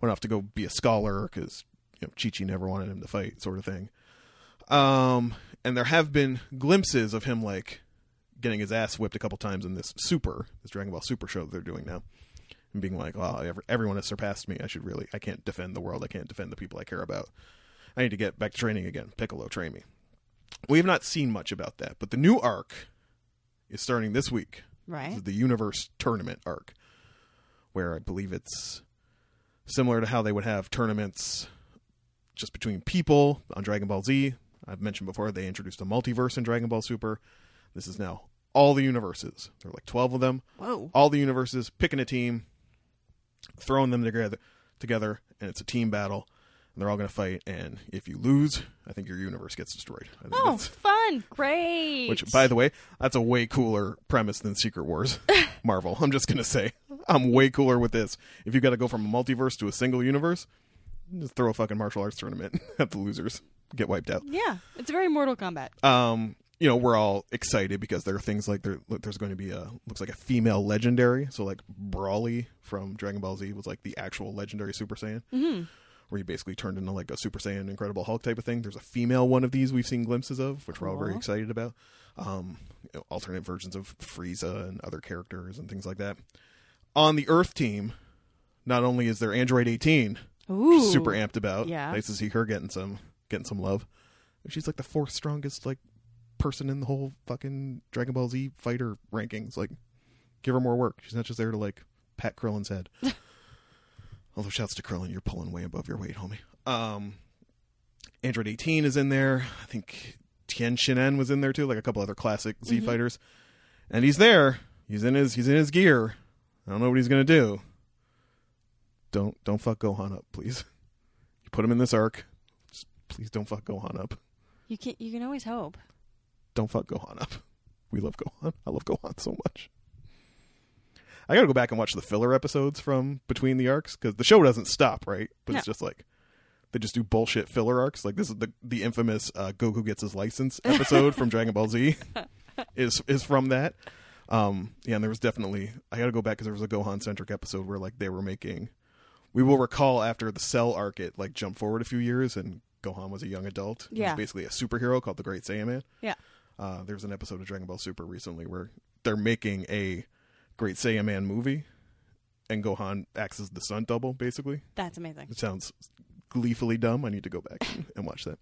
S1: went off to go be a scholar because you know Chi Chi never wanted him to fight, sort of thing. Um, and there have been glimpses of him like getting his ass whipped a couple times in this Super, this Dragon Ball Super show that they're doing now, and being like, "Wow, ever everyone has surpassed me. I should really, I can't defend the world. I can't defend the people I care about. I need to get back to training again. Piccolo, train me." We have not seen much about that, but the new arc is starting this week. This
S2: Right.
S1: is the universe tournament arc where i believe it's similar to how they would have tournaments just between people on dragon ball z i've mentioned before they introduced a multiverse in dragon ball super this is now all the universes there are like 12 of them
S2: Whoa.
S1: all the universes picking a team throwing them together together and it's a team battle and they're all going to fight and if you lose i think your universe gets destroyed I think
S2: Oh,
S1: that's-
S2: fun. Great.
S1: which, by the way, that's a way cooler premise than Secret Wars. Marvel, I'm just gonna say, I'm way cooler with this. If you got to go from a multiverse to a single universe, just throw a fucking martial arts tournament at the losers, get wiped out.
S2: Yeah, it's very Mortal Kombat.
S1: Um, you know, we're all excited because there are things like there, look, there's going to be a looks like a female legendary. So like Brawly from Dragon Ball Z was like the actual legendary Super Saiyan,
S2: Mm-hmm.
S1: where he basically turned into like a Super Saiyan Incredible Hulk type of thing. There's a female one of these we've seen glimpses of, which we're all very
S2: Cool.
S1: excited about. Um, you know, alternate versions of Frieza and other characters and things like that. On the Earth team, not only is there Android 18,
S2: Ooh.
S1: she's super amped about.
S2: Yeah.
S1: Nice to see her getting some getting some love. She's like the fourth strongest like person in the whole fucking Dragon Ball Z fighter rankings. Like give her more work. She's not just there to like pat Krillin's head. Although shouts to Krillin, you're pulling way above your weight, homie. Um Android 18 is in there. I think Tien Shinen was in there too, like a couple other classic Z fighters. And he's there. He's in his he's in his gear. I don't know what he's gonna do. Don't don't fuck Gohan up, please. You put him in this arc. Just please don't fuck Gohan up.
S2: You can you can always hope.
S1: Don't fuck Gohan up. We love Gohan. I love Gohan so much. I gotta go back and watch the filler episodes from between the arcs because the show doesn't stop, right? But it's
S2: No.
S1: just like they just do bullshit filler arcs. Like this is the the infamous uh, Goku gets his license episode from Dragon Ball Z is is from that. Um, yeah, and there was definitely I got to go back because there was a Gohan centric episode where like they were making. We will recall after the Cell arc, it like jumped forward a few years, and Gohan was a young adult. He
S2: Yeah.
S1: was basically a superhero called the Great Saiyaman.
S2: Yeah.
S1: Uh, there was an episode of Dragon Ball Super recently where they're making a Great Saiyaman movie, and Gohan acts as the stunt double, basically.
S2: That's amazing.
S1: It sounds gleefully dumb. I need to go back and watch that.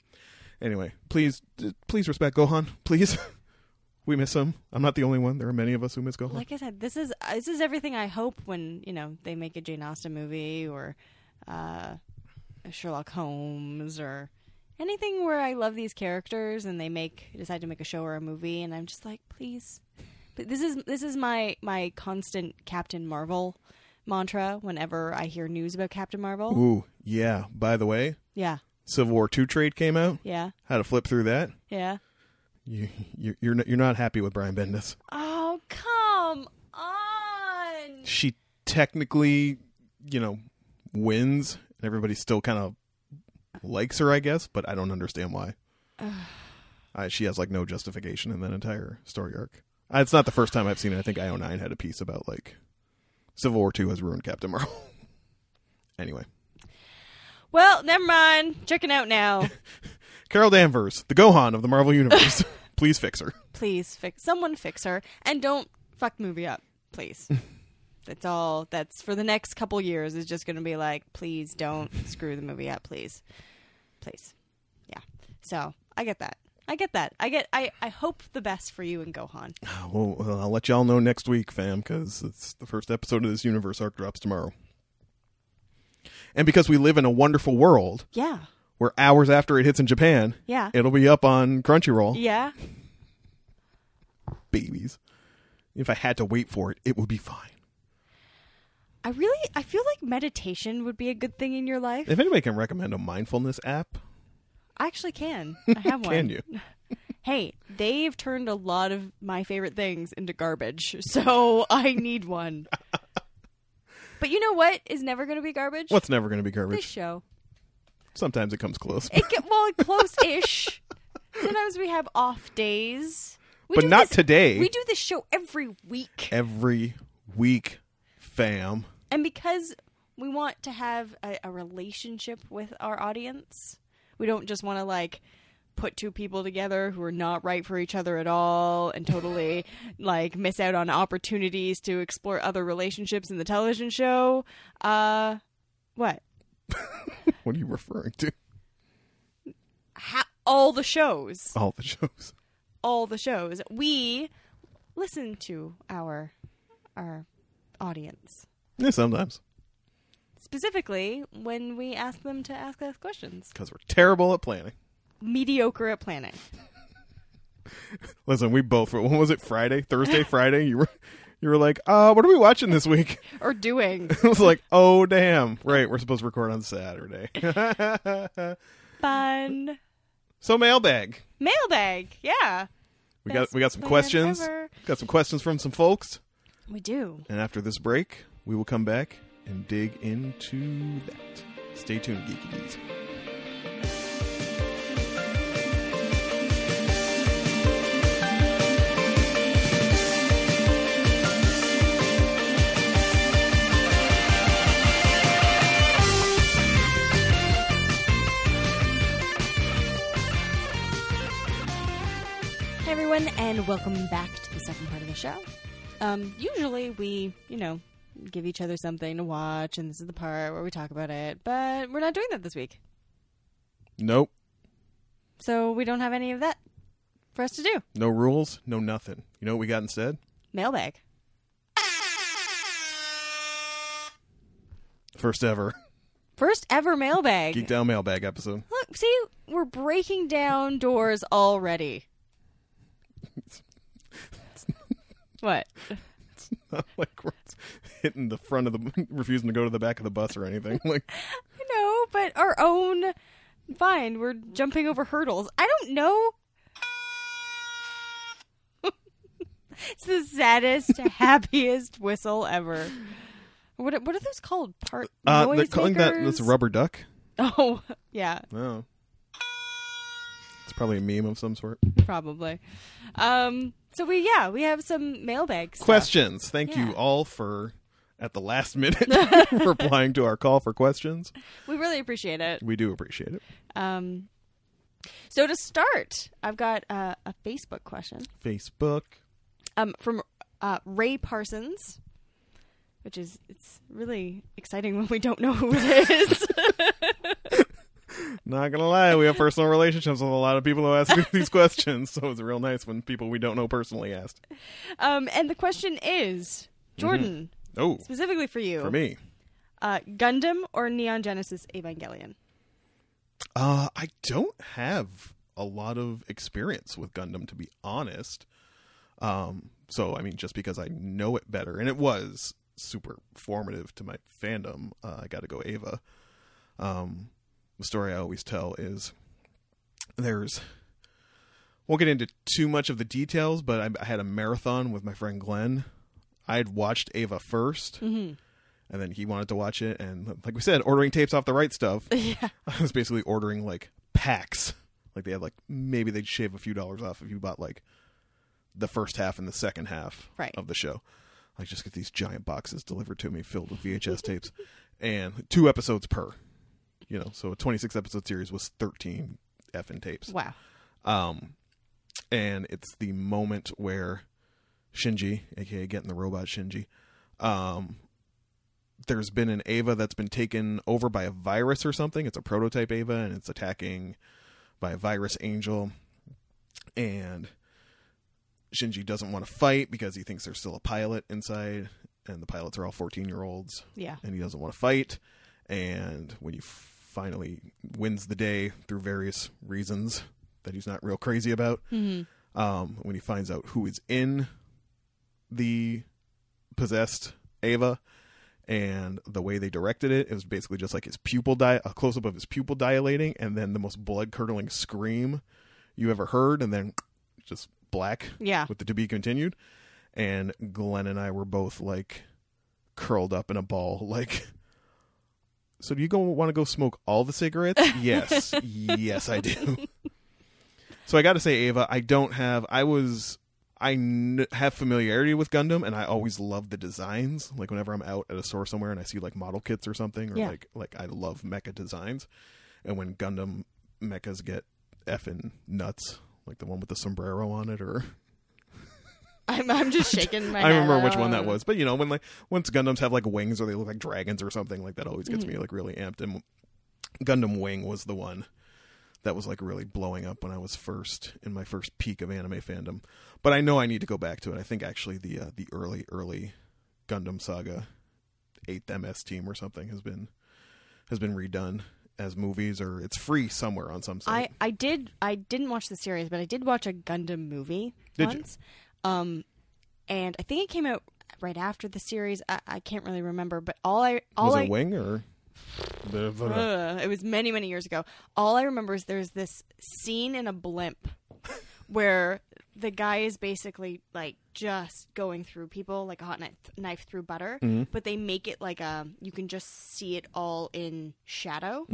S1: Anyway, please, d- please respect Gohan. Please, we miss him. I'm not the only one. There are many of us who miss Gohan.
S2: Like I said, this is uh, this is everything I hope when you know they make a Jane Austen movie or uh, a Sherlock Holmes or anything where I love these characters and they make decide to make a show or a movie, and I'm just like, please. But this is this is my my constant Captain Marvel mantra whenever I hear news about Captain Marvel.
S1: Ooh, yeah. By the way,
S2: Yeah,
S1: Civil War Two trade came out.
S2: yeah,
S1: How to flip through that?
S2: yeah.
S1: You, you, you're not, you're not happy with Brian Bendis.
S2: Oh come on!
S1: She technically, you know, wins, and everybody still kind of likes her, I guess. But I don't understand why. Uh, she has like no justification in that entire story arc. Uh, it's not the first time I've seen it. I think IO9 had a piece about like Civil War Two has ruined Captain Marvel. anyway,
S2: Well, never mind. Checking out now.
S1: Carol Danvers, the Gohan of the Marvel Universe. Please fix her.
S2: please fix someone fix her and don't fuck the movie up please that's all that's for the next couple years is just going to be like please don't screw the movie up please please yeah so i get that i get that i get i, I hope the best for you and gohan
S1: Well, well, I'll let y'all know next week, fam, because it's the first episode of this universe arc drops tomorrow. And because we live in a wonderful world
S2: yeah
S1: where hours after it hits in Japan,
S2: yeah
S1: it'll be up on Crunchyroll.
S2: yeah
S1: Babies. If I had to wait for it, it would be fine.
S2: i really i feel like meditation would be a good thing in your life
S1: If anybody can recommend a mindfulness app,
S2: i actually can i have one
S1: can you?
S2: hey they've turned a lot of my favorite things into garbage so i need one but you know what is never going to be garbage
S1: What's never going to be
S2: this
S1: garbage?
S2: show
S1: Sometimes it comes close.
S2: it get well close-ish sometimes we have off days we
S1: But
S2: do
S1: not
S2: this-
S1: today.
S2: we do this show every week
S1: Every week, fam.
S2: and because we want to have a, a relationship with our audience we don't just want to like put two people together who are not right for each other at all and totally like miss out on opportunities to explore other relationships in the television show uh what
S1: What are you referring to?
S2: ha- all the shows
S1: All the shows.
S2: all the shows we listen to our our audience
S1: Yeah, sometimes.
S2: specifically when we ask them to ask us questions
S1: Because we're terrible at planning.
S2: mediocre at planning
S1: Listen, we both. When was it? Friday, Thursday, Friday. You were, you were like, uh, what are we watching this week?
S2: or doing.
S1: I was like, oh damn, right. We're supposed to record on Saturday.
S2: Fun
S1: so mailbag.
S2: mailbag. Yeah,
S1: We
S2: Best
S1: got we got some
S2: plan
S1: questions.
S2: ever.
S1: Got some questions from some folks.
S2: we do.
S1: And after this break, we will come back and dig into that. Stay tuned, geeky deeds.
S2: Hey everyone, and welcome back to the second part of the show. Um, usually we, you know, give each other something to watch, and this is the part where we talk about it. But we're not doing that this week,
S1: Nope.
S2: so we don't have any of that for us to do.
S1: No rules, no nothing. You know what we got instead?
S2: Mailbag.
S1: First ever
S2: First ever mailbag.
S1: Geek Down Mailbag episode.
S2: Look, see, we're breaking down doors already. what?
S1: Not like we're hitting the front of the, refusing to go to the back of the bus or anything. Like,
S2: I know, but our own. Fine, we're jumping over hurdles. I don't know. it's the saddest, happiest whistle ever. What are, what are those called? Part
S1: uh,
S2: noise
S1: they're calling that
S2: makers?
S1: that's a rubber duck.
S2: Oh, yeah.
S1: No. It's probably a meme of some sort.
S2: probably. Um, so we yeah we have some mailbag stuff.
S1: Questions. Thank
S2: Yeah.
S1: you all for at the last minute replying to our call for questions.
S2: We really appreciate it.
S1: We do appreciate it.
S2: Um, so to start, I've got uh, a Facebook question
S1: Facebook.
S2: um, from uh, Ray Parsons, which is it's really exciting when we don't know who it is.
S1: Not gonna lie, we have personal relationships with a lot of people who ask these questions, so it's real nice when people we don't know personally asked.
S2: um, and the question is Jordan
S1: Oh,
S2: specifically for you
S1: for me,
S2: uh, Gundam or Neon Genesis Evangelion.
S1: uh, I don't have a lot of experience with Gundam, to be honest. Um, so I mean, just because I know it better, and it was super formative to my fandom. Uh, I got to go Ava. Um, the story I always tell is there's. Won't get into too much of the details, but I, I had a marathon with my friend Glenn. I had watched Ava 1st and then he wanted to watch it. And like we said, ordering tapes off the right stuff.
S2: Yeah.
S1: I was basically ordering like packs. Like they had like maybe they'd shave a few dollars off if you bought like the first half and the second half
S2: Right.
S1: of the show. Like just get these giant boxes delivered to me filled with VHS tapes and two episodes per. You know, so a 26 episode series was 13 effing tapes.
S2: Wow.
S1: Um, and it's the moment where Shinji, aka getting the robot Shinji, um, there's been an Ava that's been taken over by a virus or something. It's a prototype Ava, and it's attacking by a virus angel. And Shinji doesn't want to fight because he thinks there's still a pilot inside, and the pilots are all 14 year olds
S2: Yeah.
S1: and he doesn't want to fight. And when he finally wins the day through various reasons that he's not real crazy about,
S2: hmm
S1: um, when he finds out who is in the possessed Ava and the way they directed it, it was basically just like his pupil di- a close up of his pupil dilating and then the most blood curdling scream you ever heard, and then just black
S2: Yeah.
S1: with the to be continued. And Glenn and I were both like curled up in a ball, like. So do you go want to go smoke all the cigarettes? Yes, yes, I do. So I got to say, Ava, I don't have. I was. I kn- have familiarity with Gundam, and I always love the designs. Like whenever I'm out at a store somewhere and I see like model kits or something, or
S2: Yeah.
S1: like like I love mecha designs. And when Gundam mechas get effing nuts, like the one with the sombrero on it, or
S2: I'm, I'm just shaking my
S1: I
S2: head.
S1: remember which
S2: don't
S1: one that
S2: know.
S1: was. But you know, when like once Gundams have like wings or they look like dragons or something, like that always gets
S2: Mm.
S1: me like really amped. And Gundam Wing was the one that was like really blowing up when I was first in my first peak of anime fandom. But I know I need to go back to it. I think actually the uh, the early early Gundam Saga Eighth MS Team or something has been has been redone as movies or it's free somewhere on some
S2: Uh, I,
S1: site.
S2: I did I didn't watch the series, but I did watch a Gundam movie
S1: Did you?
S2: once. Um and I think it came out right after the series. I, I can't really remember, but all I all
S1: was
S2: I
S1: it Wing or?
S2: Ugh, it was many, many years ago. All I remember is there's this scene in a blimp where the guy is basically like just going through people like a hot knife, knife through butter, but they make it like um you can just see it all in shadow.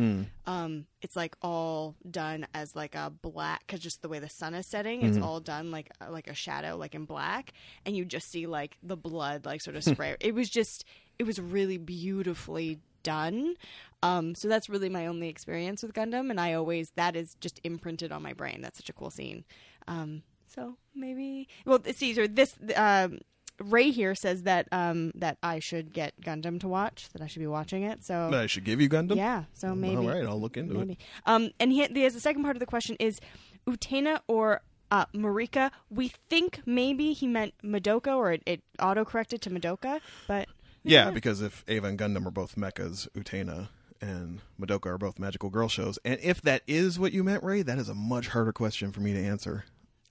S2: Um, it's like all done as like a black because just the way the sun is setting, it's all done like uh, like a shadow, like in black, and you just see like the blood like sort of spray. it was just it was really beautifully done. Um, so that's really my only experience with Gundam, and I always that is just imprinted on my brain. That's such a cool scene. Um, so maybe well, it's either this um, Ray here says that um that I should get Gundam to watch, that I should be watching it. So
S1: That I should give you Gundam.
S2: yeah, so maybe
S1: All right, I'll look into
S2: maybe.
S1: it.
S2: Um, and he, he has the second part of the question is Utena or uh, Marika. We think maybe he meant Madoka, or it, it auto corrected to Madoka, but
S1: Yeah, because if Ava and Gundam are both mechas, Utena and Madoka are both magical girl shows, and if that is what you meant, Ray, that is a much harder question for me to answer.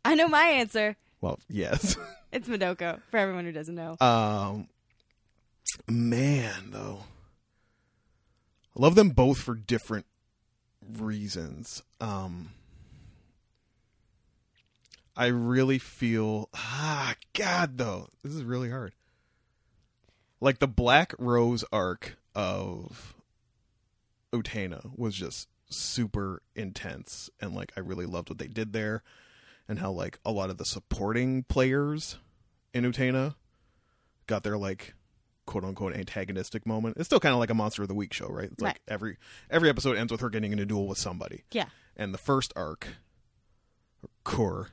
S2: I know my answer.
S1: Well, yes.
S2: It's Madoka for everyone who doesn't know.
S1: Um, man, though, I love them both for different reasons. Um, I really feel ah, God, though, this is really hard. Like the Black Rose arc of Utena was just super intense, and like I really loved what they did there, and how like a lot of the supporting players in Utena got their like quote unquote antagonistic moment. It's still kind of like a monster of the week show, right? It's like
S2: Right.
S1: every every episode ends with her getting in a duel with somebody.
S2: yeah,
S1: And the first arc or core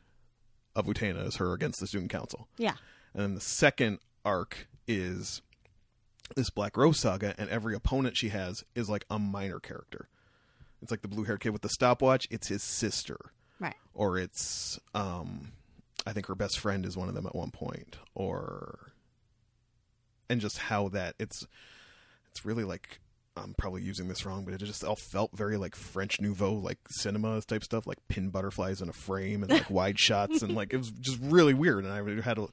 S1: of Utena is her against the student council.
S2: yeah,
S1: And then the second arc is this Black Rose saga, and every opponent she has is like a minor character. It's like the blue haired kid with the stopwatch, it's his sister
S2: right.
S1: or it's um i think her best friend is one of them at one point or and just how that it's it's really like i'm probably using this wrong but it just all felt very like french nouveau like cinema type stuff like pin butterflies in a frame and like wide shots and like it was just really weird and i had a,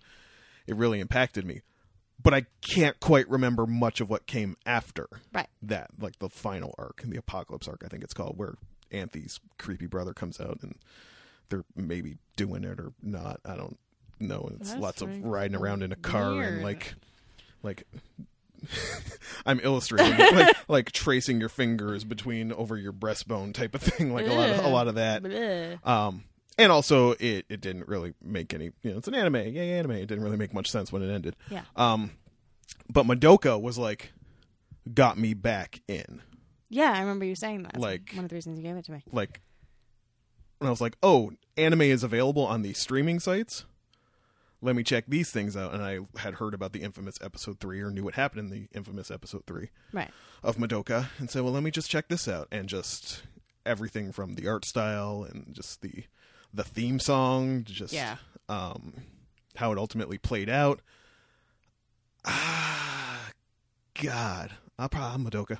S1: it really impacted me but i can't quite remember much of what came after
S2: Right.
S1: that like the final arc the apocalypse arc i think it's called where anthy's creepy brother comes out and they're maybe doing it or not. I don't know. And it's
S2: That's
S1: lots of
S2: very
S1: riding around in a car
S2: weird.
S1: and like, like. I'm illustrating it, like like tracing your fingers between over your breastbone type of thing, like a lot of a lot of
S2: Uh,
S1: that.
S2: Bleh.
S1: Um, and also it it didn't really make any. You know, it's an anime, yay anime. It didn't really make much sense when it ended.
S2: Yeah.
S1: Um, but Madoka was like, got me back in.
S2: Yeah, I remember you saying that. That's
S1: Like-
S2: one of the reasons you gave it to me.
S1: like when I was like, "Oh, anime is available on these streaming sites. Let me check these things out." And I had heard about the infamous episode 3 or knew what happened in the infamous episode 3
S2: Right.
S1: of Madoka and said, "Well, let me just check this out." And just everything from the art style and just the the theme song, just
S2: Yeah.
S1: um how it ultimately played out. Ah, god. I'll probably Madoka.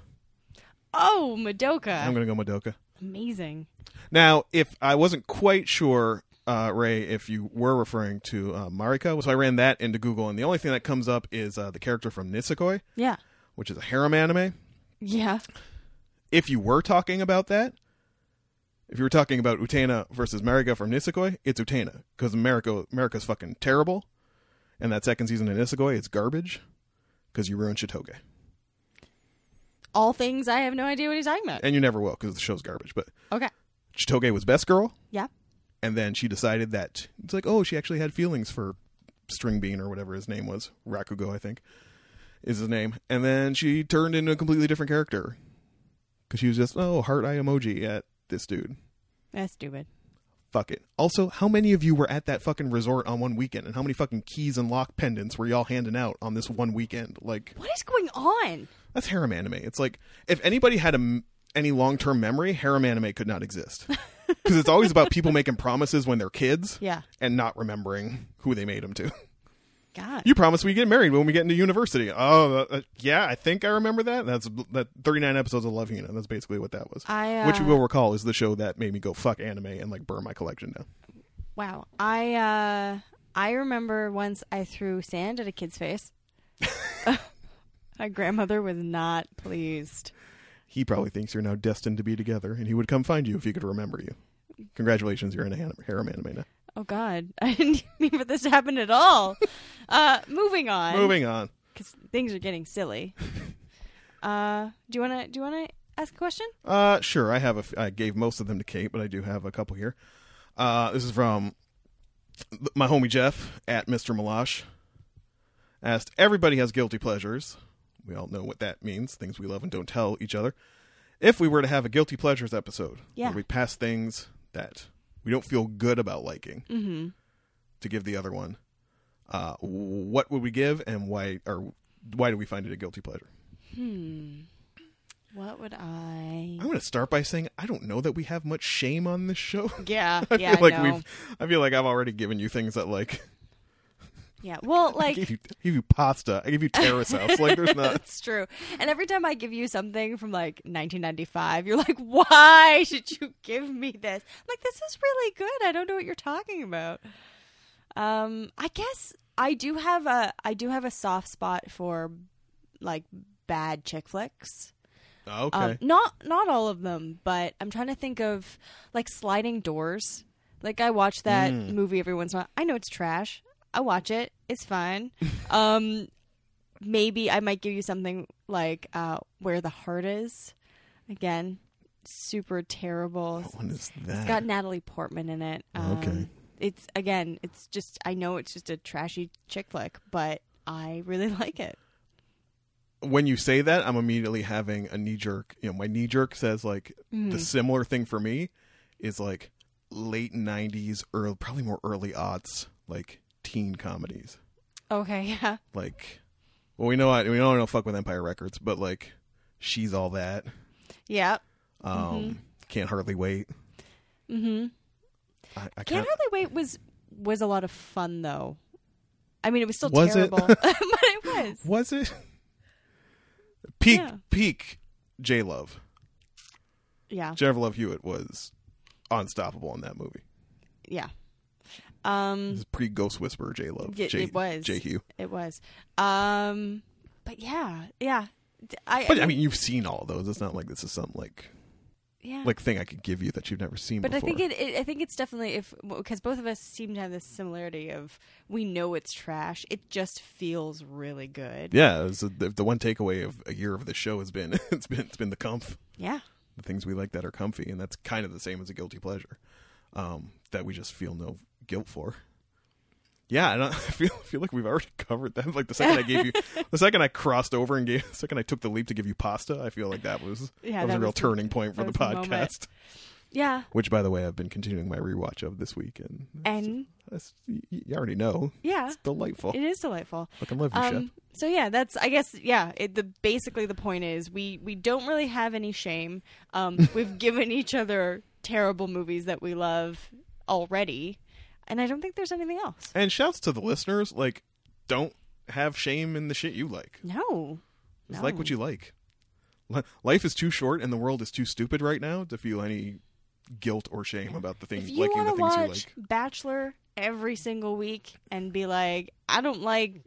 S2: Oh, Madoka.
S1: I'm going to go Madoka.
S2: Amazing.
S1: Now, if I wasn't quite sure, uh, Ray, if you were referring to uh, Marika, so I ran that into Google, and the only thing that comes up is uh, the character from Nisekoi,
S2: Yeah.
S1: which is a harem anime.
S2: Yeah.
S1: If you were talking about that, if you were talking about Utena versus Marika from Nisekoi, it's Utena because Marika Marika's fucking terrible, and that second season of Nisekoi is garbage because you ruined Shitoge,
S2: All things I have no idea what he's talking about.
S1: and you never will because the show's garbage. But
S2: Okay.
S1: Shitoge was best girl,
S2: Yeah.
S1: and then she decided that it's like oh she actually had feelings for string bean or whatever his name was rakugo i think is his name and then she turned into a completely different character because she was just oh heart eye emoji at this dude
S2: That's stupid.
S1: fuck it also how many of you were at that fucking resort on one weekend and how many fucking keys and lock pendants were y'all handing out on this one weekend like
S2: What is going on?
S1: that's harem anime it's like if anybody had a m any long-term memory harem anime could not exist because it's always about people making promises when they're kids
S2: Yeah.
S1: and not remembering who they made him to.
S2: God.
S1: You promised we get married when we get into university. Oh, uh, yeah, I think I remember that. That's that 39 episodes of Love Hina. That's basically what that was.
S2: I, uh,
S1: Which you will recall is the show that made me go fuck anime and like burn my collection down.
S2: Wow. I uh I remember once I threw sand at a kid's face. My grandmother was not pleased.
S1: He probably thinks you're now destined to be together, and he would come find you if he could remember you. Congratulations, you're in a han- harem anime now.
S2: Oh God, I didn't mean for this to happen at all. uh, moving on,
S1: Moving on.
S2: because things are getting silly. uh, do you wanna do you wanna ask a question?
S1: Uh, sure. I have a. f- I gave most of them to Kate, but I do have a couple here. Uh, this is from th- my homie Jeff at Mr. Malash. Asked everybody has guilty pleasures. We all know what that means. Things we love and don't tell each other. If we were to have a guilty pleasures episode,
S2: Yeah.
S1: where we pass things that we don't feel good about liking
S2: Mm-hmm.
S1: to give the other one. uh, what would we give and why or why do we find it a guilty pleasure?
S2: Hmm. What would I?
S1: I'm going to start by saying I don't know that we have much shame on this show.
S2: Yeah,
S1: I
S2: yeah,
S1: feel like
S2: no.
S1: we've I feel like I've already given you things that like
S2: yeah. Well,
S1: I
S2: like
S1: gave you, I gave you pasta, I gave you terrace house. Like there's not
S2: That's true. And every time I give you something from like 1995, you're like, "Why did you give me this?" I'm like, "This is really good. I don't know what you're talking about." Um, I guess I do have a I do have a soft spot for like bad chick flicks.
S1: Oh, okay.
S2: Um, not not all of them, but I'm trying to think of like Sliding Doors. Like I watch that
S1: Mm.
S2: movie every once in a while. I know it's trash. I watch it. It's fine. um, maybe I might give you something like uh, Where the Heart Is. Again, super terrible.
S1: what one is that?
S2: It's got Natalie Portman in it. Um,
S1: Oh, Okay.
S2: It's again. It's just. I know it's just a trashy chick flick, but I really like it.
S1: when you say that, I'm immediately having a knee jerk. You know, my knee jerk says like
S2: Mm.
S1: the similar thing for me is like late '90s, early probably more early aughts, like teen comedies.
S2: Okay. Yeah.
S1: Like, well, we know I we know I don't fuck with Empire Records, but like, she's all that.
S2: Yeah.
S1: Um, can't hardly wait. Mm-hmm. I, I
S2: Can't
S1: can't.
S2: Hardly Wait was was a lot of fun though. I mean, it was still
S1: Was it?
S2: terrible, but it was.
S1: Was it peak
S2: Yeah. Uh-huh.
S1: peak J Love?
S2: Yeah,
S1: Jennifer Love Hewitt was unstoppable in that movie.
S2: yeah. Um,
S1: This is pre Ghost Whisperer J Love.
S2: Y-
S1: J-
S2: it was.
S1: J Hugh.
S2: it was. Um, but yeah, yeah. D- I,
S1: But I mean, you've seen all those. It's not like this is some like
S2: yeah.
S1: like thing I could give you that you've never seen
S2: but I
S1: before.
S2: think it, it. I think it's definitely if because both of us seem to have this similarity of we know it's trash. It just feels really good.
S1: yeah, it was the, the one takeaway of a year of the show has been it's been it's been the comf.
S2: Yeah.
S1: The things we like that are comfy, and that's kind of the same as a guilty pleasure um, that we just feel no guilt for. Yeah, and I feel feel like we've already covered that. Like the second I gave you, the second I crossed over and gave, the second I took the leap to give you pasta, I feel like that was
S2: Yeah,
S1: that was
S2: that
S1: a real
S2: was the-
S1: turning point for
S2: that
S1: the
S2: was the moment.
S1: podcast.
S2: Yeah.
S1: which by the way i've been continuing my rewatch of this week and
S2: And
S1: that's, you you already know
S2: yeah,
S1: it's delightful
S2: it is delightful.
S1: fucking love you Shep.
S2: Eh, Um, so yeah, that's I guess yeah. It, the basically the point is we we don't really have any shame. Um, we've given each other terrible movies that we love already, and I don't think there's anything else.
S1: and shouts to the listeners like don't have shame in the shit you like
S2: No,
S1: just
S2: No.
S1: like what you like Li- life is too short and the world is too stupid right now to feel any guilt or shame about the
S2: if
S1: things
S2: you
S1: liking
S2: want
S1: the
S2: to
S1: things you
S2: watch
S1: like
S2: Bachelor every single week and be like, I don't like,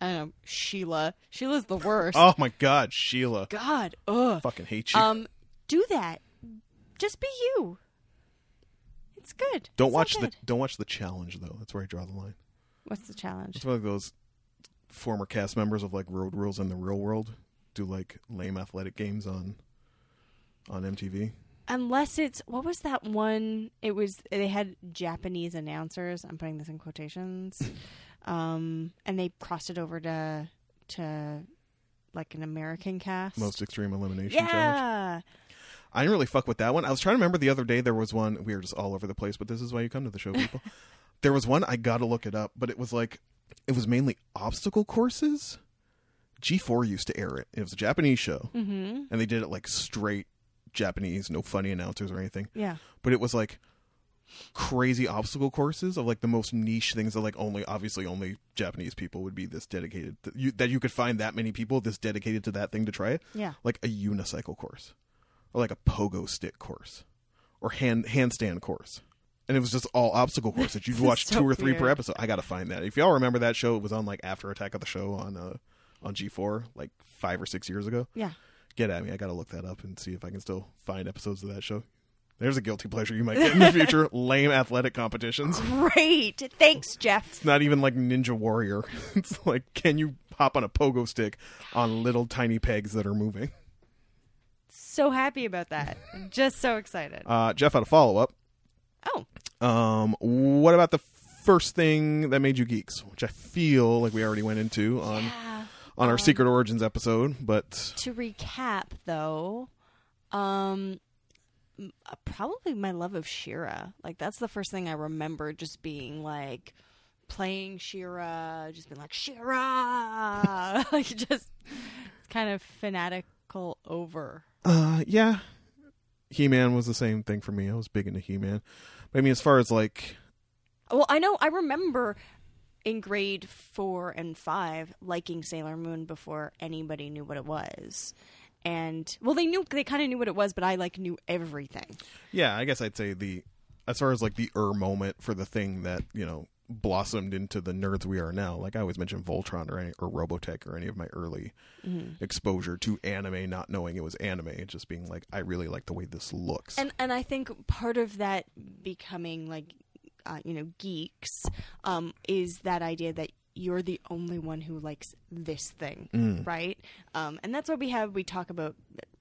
S2: I don't know, Sheila. Sheila's the worst.
S1: oh my god sheila
S2: God, ugh.
S1: fucking hate you
S2: Um, do that. Just be you. It's good.
S1: don't
S2: It's all
S1: watch the
S2: good.
S1: don't watch the challenge though that's where i draw the line
S2: What's the challenge?
S1: It's like those former cast members of like Road Rules in the real world do like lame athletic games on on MTV.
S2: Unless it's what was that one? It was they had Japanese announcers. I'm putting this in quotations, um, and they crossed it over to to like an American cast.
S1: Most Extreme Elimination Challenge.
S2: yeah,
S1: I didn't really fuck with that one. I was trying to remember the other day there was one. We were just all over the place, but this is why you come to the show, people. there was one I gotta look it up, but it was like it was mainly obstacle courses. G4 used to air it. It was a Japanese show,
S2: mm-hmm.
S1: and they did it like straight Japanese, no funny announcers or anything.
S2: yeah,
S1: but it was like crazy obstacle courses of like the most niche things that like only obviously only Japanese people would be this dedicated that you, that you could find that many people this dedicated to that thing to try it
S2: yeah.
S1: like a unicycle course or like a pogo stick course or hand handstand course and it was just all obstacle courses you'd
S2: This is
S1: watch
S2: so
S1: two or three per
S2: weird.
S1: episode I got to find that if y'all remember that show it was on like after attack of the show on uh on G4 like 5 or 6 years ago
S2: Yeah.
S1: get at me. I got to look that up and see if I can still find episodes of that show. There's a guilty pleasure you might get in the future. Lame athletic competitions.
S2: Great. Thanks, Jeff.
S1: Not even like Ninja Warrior. It's like, can you hop on a pogo stick on little tiny pegs that are moving?
S2: So happy about that. I'm just so excited.
S1: Uh, Jeff had a follow up.
S2: oh,
S1: Um, what about the first thing that made you geeks? Which I feel like we already went into on
S2: yeah. um,
S1: on our Secret Origins episode, but
S2: to recap though um m- uh, probably my love of shira like that's the first thing i remember just being like playing Shira, just been like Shira, like just it's kind of fanatical over.
S1: Uh, yeah. He Man was the same thing for me. I was big into He Man. But I mean, as far as like,
S2: Well, I know I remember in grade four and five liking Sailor Moon before anybody knew what it was. And well, they knew they kind of knew what it was, but I like knew everything.
S1: yeah, I guess I'd say the, as far as like the er moment for the thing that, you know, blossomed into the nerds we are now. Like I always mention Voltron or any, or Robotech or any of my early
S2: Mm-hmm.
S1: exposure to anime, not knowing it was anime, and just being like, I really like the way this looks.
S2: And and I think part of that becoming like uh, you know geeks um, is that idea that you're the only one who likes this thing,
S1: Mm.
S2: right? Um, and that's what we have. We talk about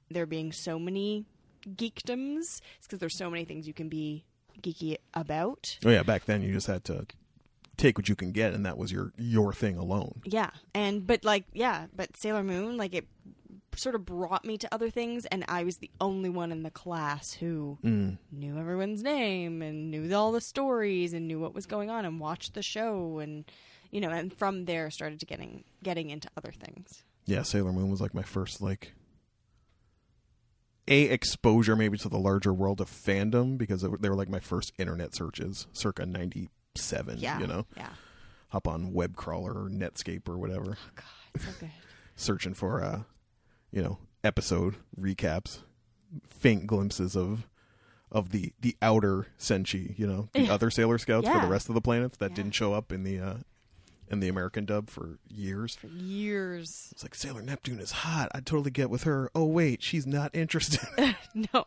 S2: there being so many geekdoms because there's so many things you can be geeky about.
S1: oh yeah, back then you just had to take what you can get, and that was your your thing alone.
S2: Yeah, and but like yeah, but Sailor Moon like it sort of brought me to other things and I was the only one in the class who
S1: Mm.
S2: knew everyone's name and knew all the stories and knew what was going on and watched the show and you know and from there started to getting getting into other things.
S1: yeah, Sailor Moon was like my first like a exposure maybe to the larger world of fandom because they were- they were like my first internet searches circa 97
S2: Yeah.
S1: you know
S2: Yeah. Oh,
S1: hop on web crawler or netscape or whatever
S2: God, so good.
S1: searching for uh you know episode recaps faint glimpses of of the the outer senshi you know the other sailor scouts for
S2: Yeah.
S1: the rest of the planets that
S2: Yeah.
S1: didn't show up in the uh in the american dub for years
S2: For years.
S1: it's like Sailor Neptune is hot. I totally get with her. Oh wait, she's not interested.
S2: No.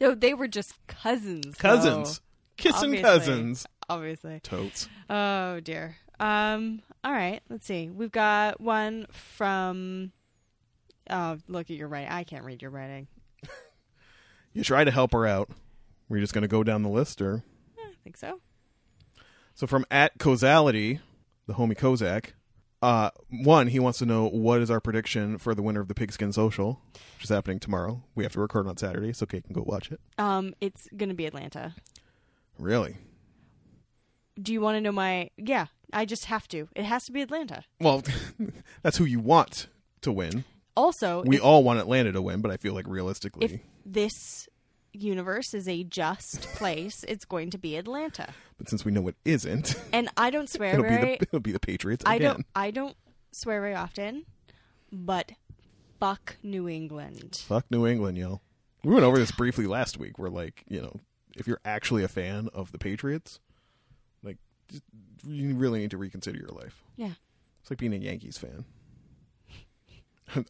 S2: No, they were just cousins.
S1: cousins,
S2: though.
S1: kissing
S2: Obviously.
S1: cousins.
S2: Obviously.
S1: Totes.
S2: Oh dear. Um. All right. Let's see. We've got one from. Oh, look at your writing. I can't read your writing.
S1: You try to help her out. We're just gonna go down the list, or
S2: I think so.
S1: so from at causality, the homie Kozak. Uh, one, he wants to know what is our prediction for the winner of the Pigskin Social, which is happening tomorrow. We have to record on Saturday, so Kate can go watch it.
S2: Um. It's gonna be Atlanta.
S1: Really?
S2: Do you want to know my? Yeah. I just have to. It has to be Atlanta.
S1: Well, that's who you want to win.
S2: Also,
S1: We
S2: if,
S1: all want Atlanta to win, but I feel like realistically,
S2: if this universe is a just place, it's going to be Atlanta.
S1: but since we know it isn't,
S2: And I don't swear
S1: it'll be the
S2: very.
S1: it'll be the Patriots
S2: I
S1: again.
S2: don't. I don't swear very often, but fuck New England.
S1: Fuck New England, y'all. We went over this briefly last week. We're like, you know, if you're actually a fan of the Patriots, like, just, you really need to reconsider your life.
S2: Yeah.
S1: It's like being a Yankees fan.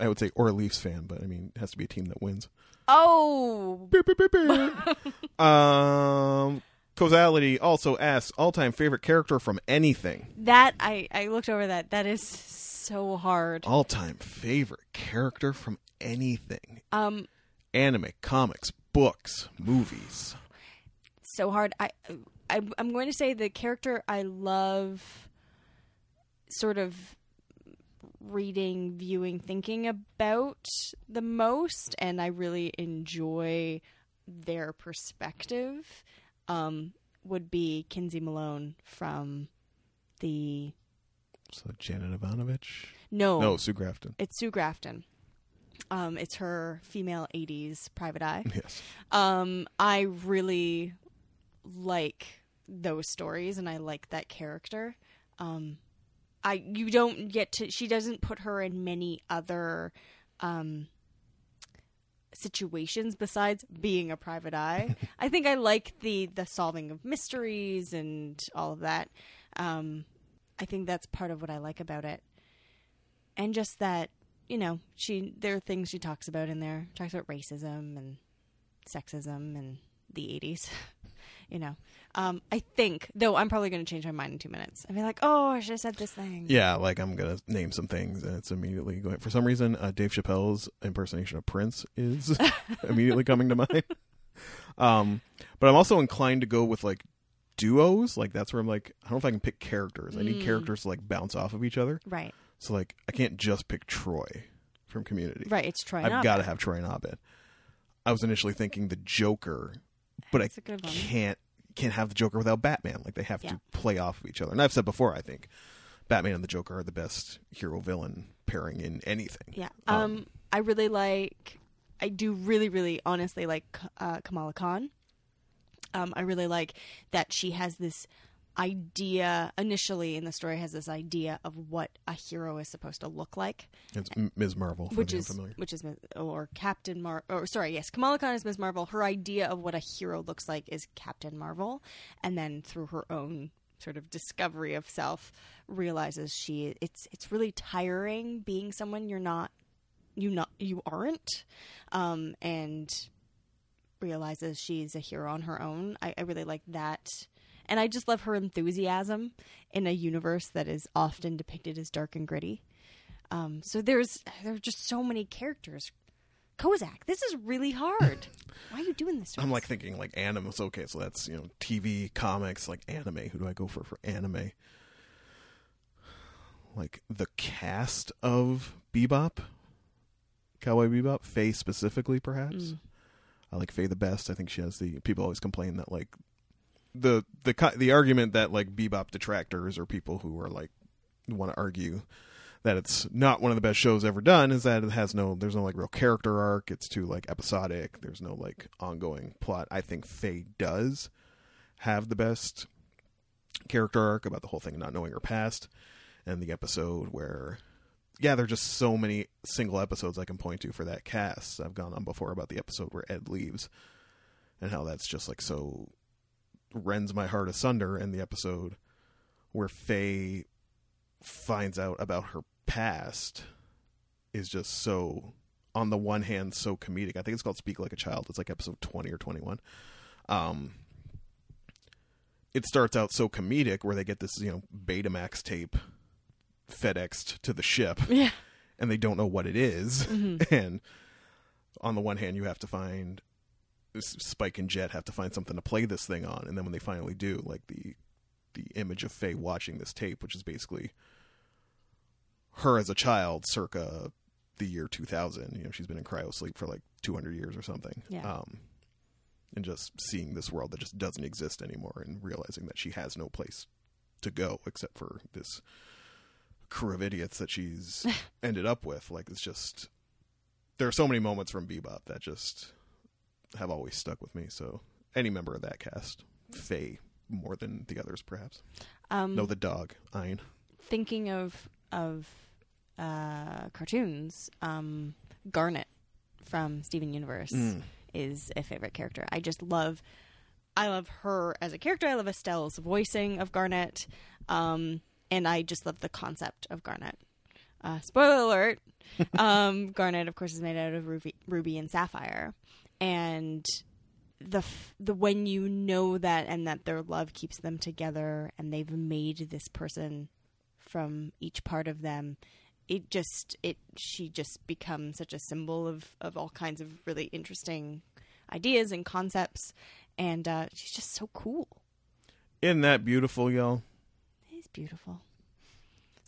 S1: I would say, or a Leafs fan, but I mean, it has to be a team that wins.
S2: Oh.
S1: Beep, beep, beep, beep. um, causality also asks all-time favorite character from anything.
S2: That I I looked over that. That is so
S1: Oh.
S2: hard.
S1: All-time favorite character from anything:
S2: Um,
S1: anime, comics, books, movies.
S2: so hard. I, I I'm going to say the character I love, sort of reading, viewing, thinking about the most, and I really enjoy their perspective. Um, would be Kinsey Malone from the
S1: So Janet Ivanovich.
S2: no
S1: No, Sue Grafton.
S2: it's Sue Grafton. Um, it's her female 80s private eye.
S1: Yes.
S2: um, I really like those stories and I like that character. Um, I you don't get to she doesn't put her in many other um, situations besides being a private eye. I think I like the the solving of mysteries and all of that. Um, I think that's part of what I like about it, and just that you know she there are things she talks about in there talks about racism and sexism in the 80s you know um, i think though i'm probably going to change my mind in two minutes i'll be like oh i should have said this thing
S1: Yeah, like I'm gonna name some things, and it's immediately going. For some reason, uh, Dave Chappelle's impersonation of Prince is immediately coming to mind. Um, but I'm also inclined to go with like duos. Like that's where I'm like, I don't know if I can pick characters. I
S2: Mm.
S1: need characters to like bounce off of each other.
S2: right
S1: So like, I can't just pick Troy from Community.
S2: right it's trying
S1: I've got to have Troy and Abed. I was initially thinking the Joker, but
S2: That's a
S1: I
S2: good one.
S1: can't. can't have the Joker without Batman. Like they have
S2: Yeah.
S1: to play off of each other. And I've said before, I think Batman and the Joker are the best hero villain pairing in anything.
S2: Yeah. Um, I really like. I do really, really, honestly like uh, Kamala Khan. Um, I really like that she has this idea initially in the story has this idea of what a hero is supposed to look like,
S1: It's M- Ms. Marvel, for
S2: which
S1: the
S2: is
S1: unfamiliar.
S2: which is Ms- or Captain Mar or sorry, yes, Kamala Khan is Ms. Marvel. Her idea of what a hero looks like is Captain Marvel, and then through her own sort of discovery of self, realizes she it's it's really tiring being someone you're not you not you aren't, um, and realizes she's a hero on her own. I, I really like that. And I just love her enthusiasm in a universe that is often depicted as dark and gritty. Um, so there's there are just so many characters. Kozak, this is really hard. Why are you doing this? to
S1: I'm
S2: us?
S1: like thinking like anime. So okay, so that's you know TV, comics, like anime. Who do I go for for anime? Like the cast of Bebop, Cowboy Bebop, Faye specifically, perhaps. I like Faye the best. I think she has the people always complain that like the the co- the argument that like Bebop detractors or people who are like want to argue that it's not one of the best shows ever done is that it has no there's no like real character arc it's too like episodic there's no like ongoing plot i think faye does have the best character arc about the whole thing not knowing her past and the episode where yeah there are just so many single episodes i can point to for that cast i've gone on before about the episode where ed leaves and how that's just like so rends my heart asunder in the episode where faye finds out about her past is just so on the one hand so comedic. I think it's called Speak Like a Child. It's like episode 20 or 21. Um it starts out so comedic where they get this, you know, Betamax tape FedExed to the ship
S2: yeah,
S1: and they don't know what it is. And on the one hand, you have to find Spike and Jet have to find something to play this thing on, and then when they finally do, like the the image of Faye watching this tape, which is basically her as a child, circa the year 2000. You know, she's been in cryo sleep for like 200 years or something.
S2: Yeah.
S1: Um, and just seeing this world that just doesn't exist anymore, and realizing that she has no place to go except for this crew of idiots that she's ended up with. Like it's just there are so many moments from Bebop that just have always stuck with me. So any member of that cast, Faye more than the others, perhaps.
S2: um,
S1: No, the dog, Ein.
S2: thinking of of uh, cartoons, um, Garnet from Steven Universe
S1: Mm.
S2: is a favorite character. I just love, I love her as a character. I love Estelle's voicing of Garnet, um, and I just love the concept of Garnet. Uh, spoiler alert: um, Garnet, of course, is made out of ruby, ruby and sapphire, and the f- the when you know that and that their love keeps them together and they've made this person from each part of them it just it she just becomes such a symbol of of all kinds of really interesting ideas and concepts and uh she's just so cool
S1: Isn't that beautiful, y'all?
S2: it's beautiful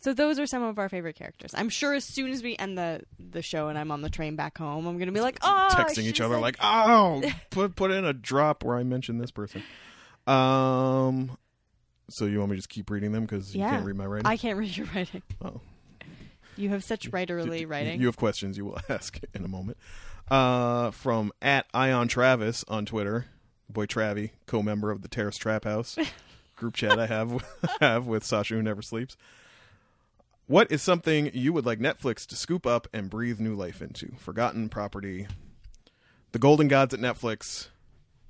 S2: so those are some of our favorite characters i'm sure as soon as we end the the show and i'm on the train back home i'm gonna be like oh I
S1: Texting each
S2: should've
S1: other
S2: said
S1: like, oh, put put in a drop where I mentioned this person. Um, so you want me to just keep reading them because you
S2: Yeah.
S1: can't read my writing.
S2: I can't read your writing.
S1: Oh.
S2: You have such writerly
S1: You-
S2: writing.
S1: You have questions you will ask in a moment. Uh, from at Ion Travis on Twitter, boy Travy, co-member of the Terrace Trap House group chat I have have with Sasha who never sleeps. What is something you would like Netflix to scoop up and breathe new life into? Forgotten property. The Golden Gods at Netflix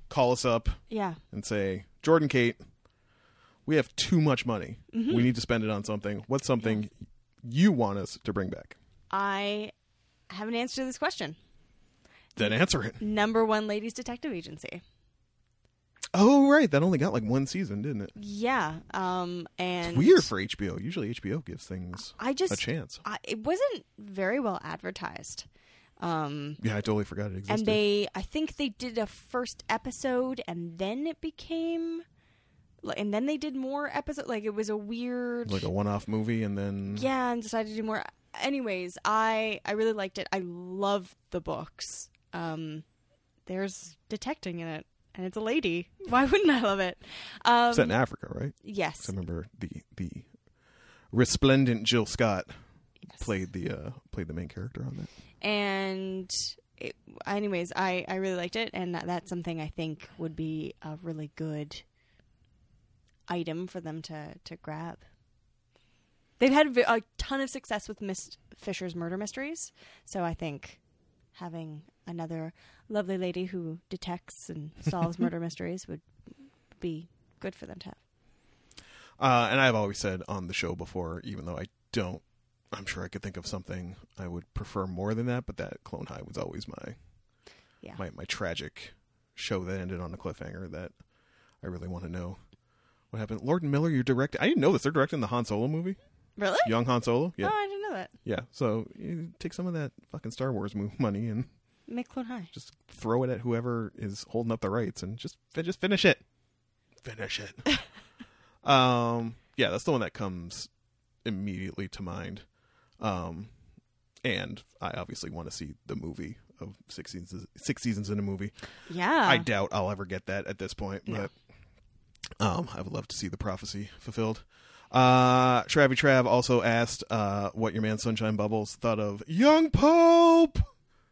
S1: call us up
S2: yeah.
S1: and say, Jordan Kate, we have too much money. We need to spend it on something. What's something you want us to bring back?
S2: I have an answer to this question.
S1: Then answer it.
S2: Number one, Ladies Detective Agency.
S1: Oh, right. That only got like one season, didn't it?
S2: Yeah. Um, and
S1: It's weird for HBO. Usually HBO gives things
S2: I just
S1: a chance.
S2: I, it wasn't very well advertised. Um,
S1: Yeah, I totally forgot it
S2: and
S1: existed.
S2: they, I think they did a first episode, and then it became, like, and then they did more episode. Like it was a weird,
S1: like a one-off movie and then
S2: yeah and decided to do more anyways i i really liked it i love the books um there's detecting in it and it's a lady. Why wouldn't I love it? Um,
S1: Set in Africa, right?
S2: yes.
S1: 'Cause I remember the the resplendent Jill Scott
S2: yes.
S1: played the uh, played the main character on that.
S2: and it, anyways I, I really liked it and that, that's something i think would be a really good item for them to, to grab they've had vi- a ton of success with miss fisher's murder mysteries so i think having another lovely lady who detects and solves murder mysteries would be good for them to have
S1: Uh, and I've always said on the show before, even though I don't, I'm sure I could think of something I would prefer more than that. But that Clone High was always my,
S2: Yeah.
S1: my my tragic show that ended on a cliffhanger that I really want to know what happened. Lord and Miller, you directed. I didn't know this. They're directing the Han Solo movie,
S2: really
S1: young Han Solo. Yeah,
S2: oh i didn't know that
S1: yeah. So you take some of that fucking Star Wars mo- money and
S2: make clone high
S1: just throw it at whoever is holding up the rights and just fi- just finish it finish it um yeah that's the one that comes immediately to mind um and i obviously want to see the movie of six seasons six seasons in a movie
S2: yeah
S1: i doubt i'll ever get that at this point
S2: No.
S1: but um i would love to see the prophecy fulfilled uh travy trav also asked uh what your man sunshine bubbles thought of young pope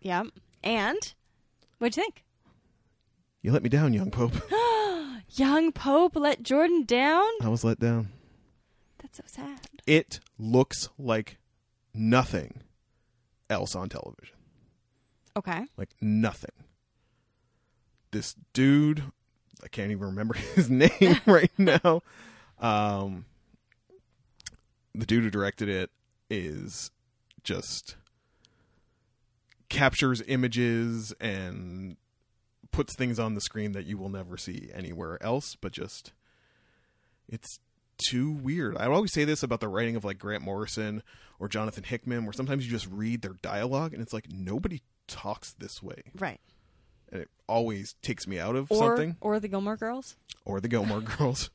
S2: yeah and what'd you think
S1: you let me down young pope
S2: Young Pope let Jordan down?
S1: i was let down
S2: That's so sad.
S1: it looks like nothing else on television.
S2: Okay.
S1: Like nothing. This dude, I can't even remember his name right now. Um, the dude who directed it is just captures images and puts things on the screen that you will never see anywhere else, but just it's too weird. I always say this about the writing of like Grant Morrison or Jonathan Hickman, where sometimes you just read their dialogue and it's like nobody talks this way.
S2: Right.
S1: And it always takes me out of
S2: Or
S1: something.
S2: or the Gilmore Girls?
S1: Or the Gilmore Girls.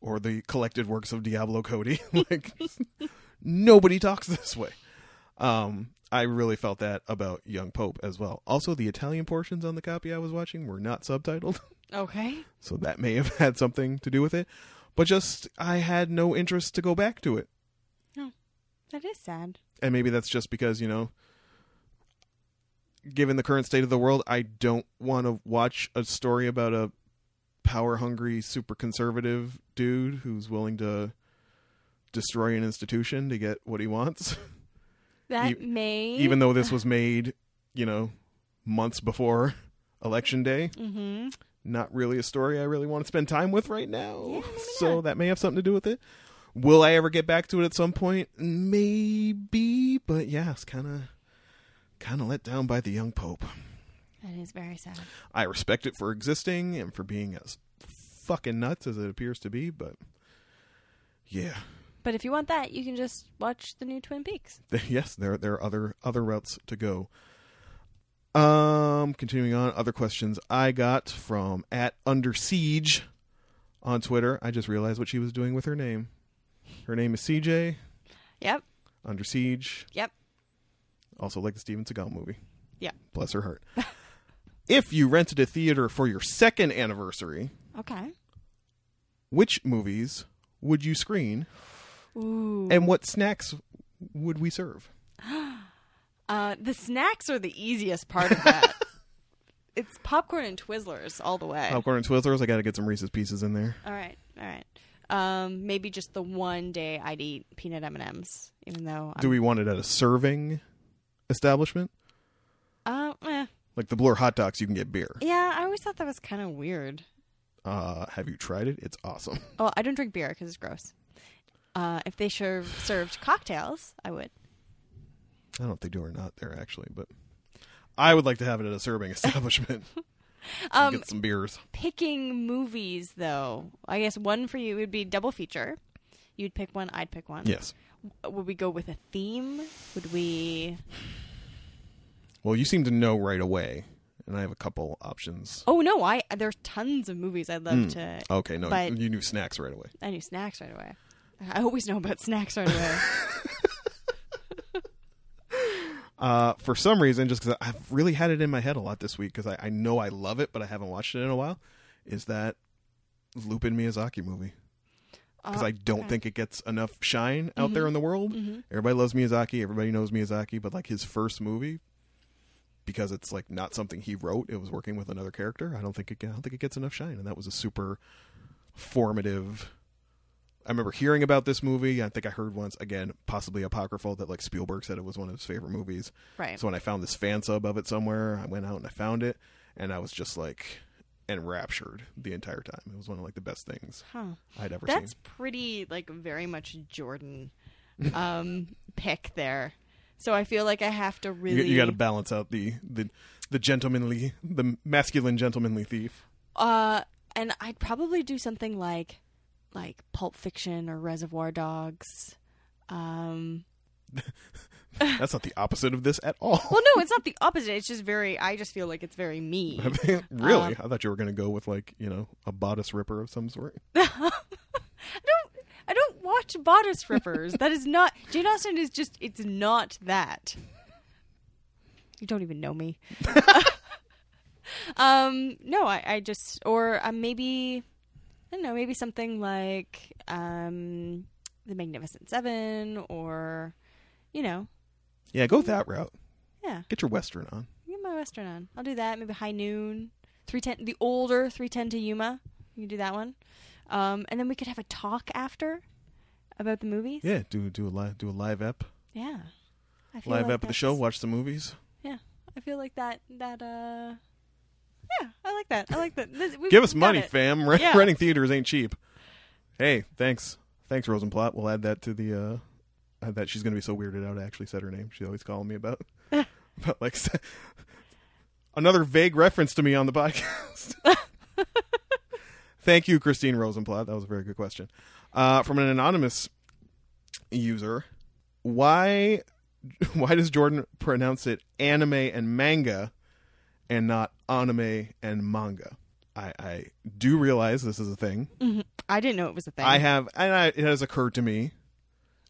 S1: or the collected works of Diablo Cody. like nobody talks this way. Um I really felt that about Young Pope as well. Also, the Italian portions on the copy I was watching were not subtitled.
S2: Okay.
S1: So that may have had something to do with it. But just, I had no interest to go back to it.
S2: That is sad.
S1: And maybe that's just because, you know, given the current state of the world, I don't want to watch a story about a power hungry, super conservative dude who's willing to destroy an institution to get what he wants.
S2: That
S1: E-
S2: may
S1: Even though this was made, you know, months before election day.
S2: hmm
S1: not really a story I really want to spend time with right now.
S2: Yeah, maybe
S1: so that may have something to do with it. Will I ever get back to it at some point? Maybe, but yeah, it's kind of kind of let down by the young pope.
S2: That is very sad.
S1: I respect it for existing and for being as fucking nuts as it appears to be, but yeah,
S2: But if you want that, you can just watch the new Twin Peaks.
S1: yes, there there are other other routes to go. Um, continuing on, other questions I got from at under siege on Twitter. I just realized what she was doing with her name. Her name is CJ
S2: Yep.
S1: under siege.
S2: Yep.
S1: Also, like the Steven Seagal movie.
S2: Yeah.
S1: Bless her heart. if you rented a theater for your second anniversary,
S2: Okay.
S1: which movies would you screen,
S2: Ooh.
S1: and what snacks would we serve?
S2: Uh, the snacks are the easiest part of that. it's popcorn and Twizzlers all the way.
S1: Popcorn and Twizzlers. I got to get some Reese's Pieces in there.
S2: All right. All right. Um, maybe just the one day I'd eat peanut M and M's, even though I'm,
S1: Do we want it at a serving establishment?
S2: Uh, eh.
S1: Like the Blur hot dogs, you can get beer.
S2: Yeah, I always thought that was kind of weird.
S1: Uh, have you tried it? It's awesome.
S2: Oh, I don't drink beer because it's gross. Uh, if they serve, served cocktails, I would.
S1: I don't know if they do or not there actually, but I would like to have it at a serving establishment.
S2: Um,
S1: get some beers.
S2: Picking movies, though, I guess one for you would be double feature. You'd pick one, I'd pick one. Uh,
S1: Yes.
S2: Would we go with a theme? Would we?
S1: Well, you seem to know right away, and I have a couple options.
S2: Oh no, I there's tons of movies I'd love
S1: Hmm.
S2: to.
S1: Okay, no,
S2: But-
S1: you knew snacks right away.
S2: I knew snacks right away. I always know about snacks right away.
S1: Uh, for some reason, just because I've really had it in my head a lot this week, because I, I know I love it, but I haven't watched it in a while, is that Lupin Miyazaki movie because
S2: Uh,
S1: I don't
S2: Oh, okay. Mm-hmm.
S1: think it gets enough shine out there in the world. Everybody loves Miyazaki. Everybody knows Miyazaki, but like his first movie, because it's like not something he wrote. It was working with another character. I don't think it. I don't think it gets enough shine, and that was a super formative. I remember hearing about this movie. I think I heard once again, possibly apocryphal, that like Spielberg said it was one of his favorite movies.
S2: Right.
S1: So when I found this fan sub of it somewhere, I went out and I found it, and I was just like enraptured the entire time. It was one of like the best things
S2: Huh.
S1: I'd ever seen.
S2: That's pretty like very much Jordan um pick there. So I feel like I have to
S1: You,
S2: really
S1: you got to balance out the, the the gentlemanly, the masculine gentlemanly thief.
S2: uh and I'd probably do something like like Pulp Fiction or Reservoir Dogs. Um
S1: That's not the opposite of this at all.
S2: Well no, it's not the opposite. It's just very I just feel like it's very me.
S1: I mean, really, I thought you were going to go with like you know a bodice ripper of some sort.
S2: I don't watch bodice rippers. that is not Jane Austen is just it's not that. You don't even know me. um no, I, I just or uh, maybe I don't know, maybe something like um The Magnificent Seven or you know,
S1: Yeah, go that route.
S2: yeah.
S1: Get your western on.
S2: Get my western on. I'll do that. Maybe High Noon, three ten, the older three ten to Yuma. You can do that one, um, and then we could have a talk after about the movies.
S1: Yeah, do do a live do a live ep,
S2: Yeah. I feel
S1: live
S2: like
S1: ep of the show.
S2: that's-
S1: Watch the movies.
S2: Yeah. I feel like that that uh Yeah, I like that. I like that. This- we've
S1: Give us
S2: got
S1: money,
S2: it.
S1: fam. Re-
S2: Yeah.
S1: Renting theaters ain't cheap. Hey, thanks, thanks Rosenblatt. We'll add that to the. uh add that she's gonna be so weirded out. I actually said her name. She's always calling me about about like se- another vague reference to me on the podcast. Thank you, Christine Rosenblatt. That was a very good question uh, from an anonymous user. Why why does Jordan pronounce it anime and manga and not anime and manga? I, I do realize this is a thing.
S2: I didn't know it was a thing.
S1: I have, and I, it has occurred to me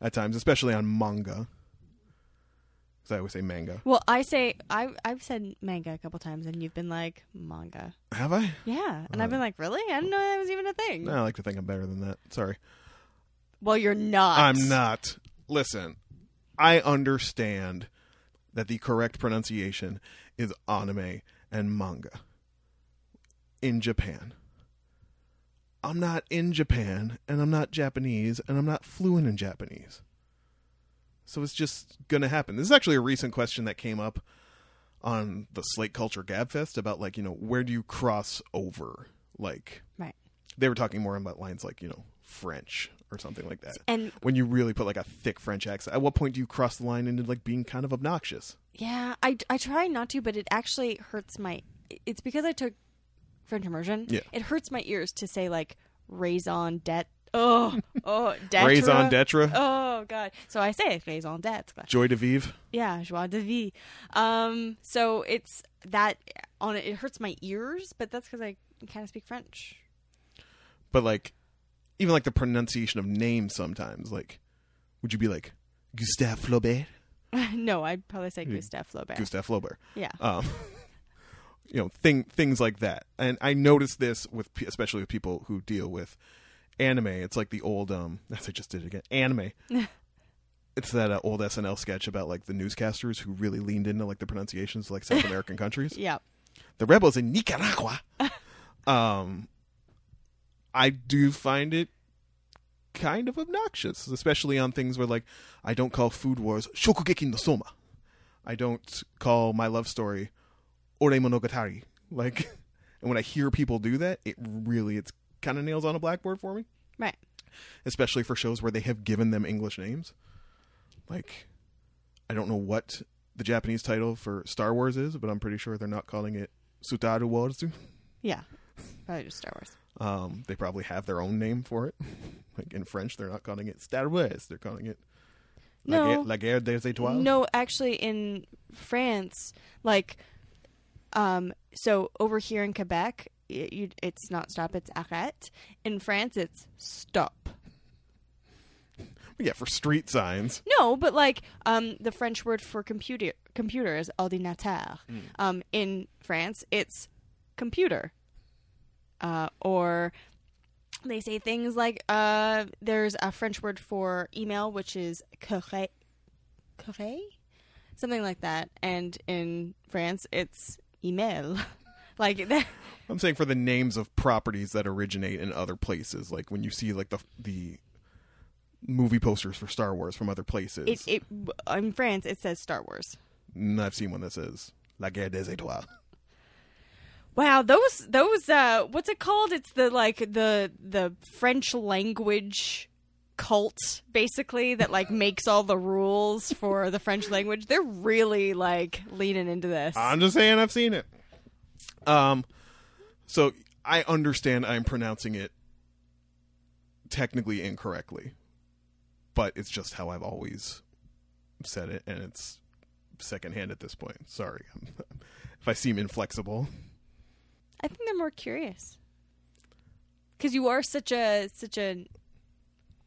S1: at times, especially on manga, because I always say manga.
S2: well, I say I I've said manga a couple times and you've been like manga.
S1: Have I?
S2: Yeah. And I've been like, "Really? I didn't know that was even a thing."
S1: No, I like to think I'm better than that. Sorry,
S2: Well, you're not.
S1: I'm not. Listen, I understand that the correct pronunciation is anime and manga in Japan. I'm not in Japan and I'm not Japanese and I'm not fluent in Japanese. So it's just going to happen. This is actually a recent question that came up on the Slate Culture Gab Fest about, like, you know, where do you cross over? Like,
S2: Right.
S1: they were talking more about lines like, you know, French or something like that.
S2: And
S1: when you really put like a thick French accent, at what point do you cross the line into like being kind of obnoxious?
S2: yeah, I I try not to, but it actually hurts my it's because I took French immersion.
S1: Yeah.
S2: It hurts my ears to say like raison d'être. Oh, oh,
S1: Raison
S2: d'être.
S1: d'etre,
S2: Oh God! So I say raison d'être.
S1: joy de vivre.
S2: Yeah, joie de vie. Um, so it's that on it hurts my ears, but that's because I kind of speak French.
S1: But like, even like the pronunciation of names sometimes, like, would you be like Gustave Flaubert?
S2: no, I'd probably say Gustave Flaubert.
S1: Gustave Flaubert.
S2: yeah,
S1: Um, you know, thing things like that. And I noticed this with pe- especially with people who deal with anime. It's like the old um. That's I just did it again. Anime. It's that uh, old SNL sketch about like the newscasters who really leaned into like the pronunciations of, like South American countries.
S2: yeah.
S1: the rebels in Nicaragua. um, I do find it kind of obnoxious, especially on things where like I don't call Food Wars Shokugeki no Soma. I don't call my love story Ore Monogatari. Like, and when I hear people do that, it really it's kind of nails on a blackboard for me,
S2: Right.
S1: especially for shows where they have given them English names. Like, I don't know what the Japanese title for Star Wars is, but I'm pretty sure they're not calling it Sutaru Warzu.
S2: Yeah, probably just Star Wars.
S1: Um, they probably have their own name for it. like in French, they're not calling it Star Wars. They're calling it La,
S2: No.
S1: Guerre, La Guerre des Étoiles.
S2: No, actually, in France, like, um, so over here in Quebec, it, you, it's not stop, it's arrête. In France, it's stop.
S1: Yeah, for street signs.
S2: No, but like um, the French word for computer computer is ordinateur. Um, in France, it's computer. uh, or they say things like uh, there's a French word for email, which is courrier, courrier, something like that, and in France it's email, like that.
S1: I'm saying for the names of properties that originate in other places, like when you see like the the movie posters for Star Wars from other places.
S2: It, it in France it says Star Wars.
S1: and I've seen one that says La Guerre des Étoiles.
S2: Wow, those those uh what's it called? It's the like the the French language cult basically that like makes all the rules for the French language. They're really like leaning into this.
S1: I'm just saying I've seen it. Um, so I understand I'm pronouncing it technically incorrectly, but it's just how I've always said it, and it's secondhand at this point. Sorry if I seem inflexible.
S2: I think they're more curious. Cuz you are such a such an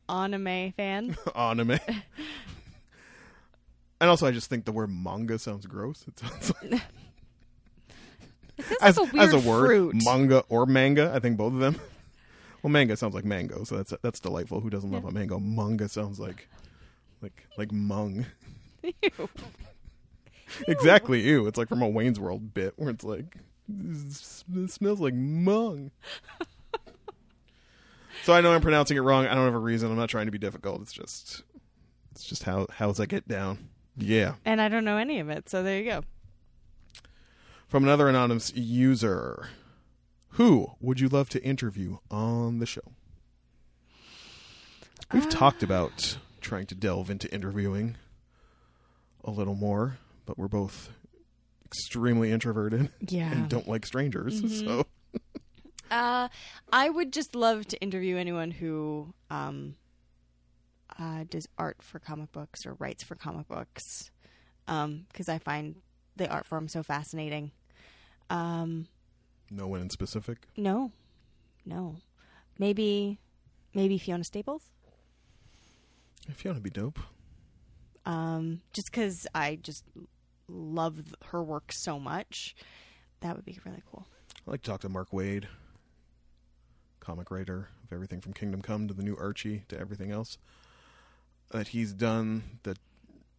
S2: anime fan.
S1: anime. and also, I just think the word manga sounds gross. It sounds like,
S2: It sounds
S1: as,
S2: like a weird
S1: as a word,
S2: fruit.
S1: manga or manga. I think both of them. Well, manga sounds like mango, so that's that's delightful. Who doesn't love a mango? Manga sounds like like like mung.
S2: Ew.
S1: Exactly. Ew. It's like from a Wayne's World bit where it's like "This sm- this smells like mung. so I know I'm pronouncing it wrong. I don't have a reason. I'm not trying to be difficult. It's just it's just how how's I get down. Yeah.
S2: And I don't know any of it. So there you go.
S1: from another anonymous user. Who would you love to interview on the show? We've talked about trying to delve into interviewing a little more, but we're both extremely introverted
S2: Yeah.
S1: and don't like strangers. So
S2: Uh, I would just love to interview anyone who um, uh, does art for comic books or writes for comic books because I find the art form so fascinating. Um,
S1: no one in specific.
S2: no, no, maybe maybe Fiona Staples.
S1: If you want to be dope,
S2: Um, just because I just love th- her work so much, that would be really cool.
S1: I like to talk to Mark Wade, comic writer of everything from Kingdom Come to the new Archie to everything else that he's done. The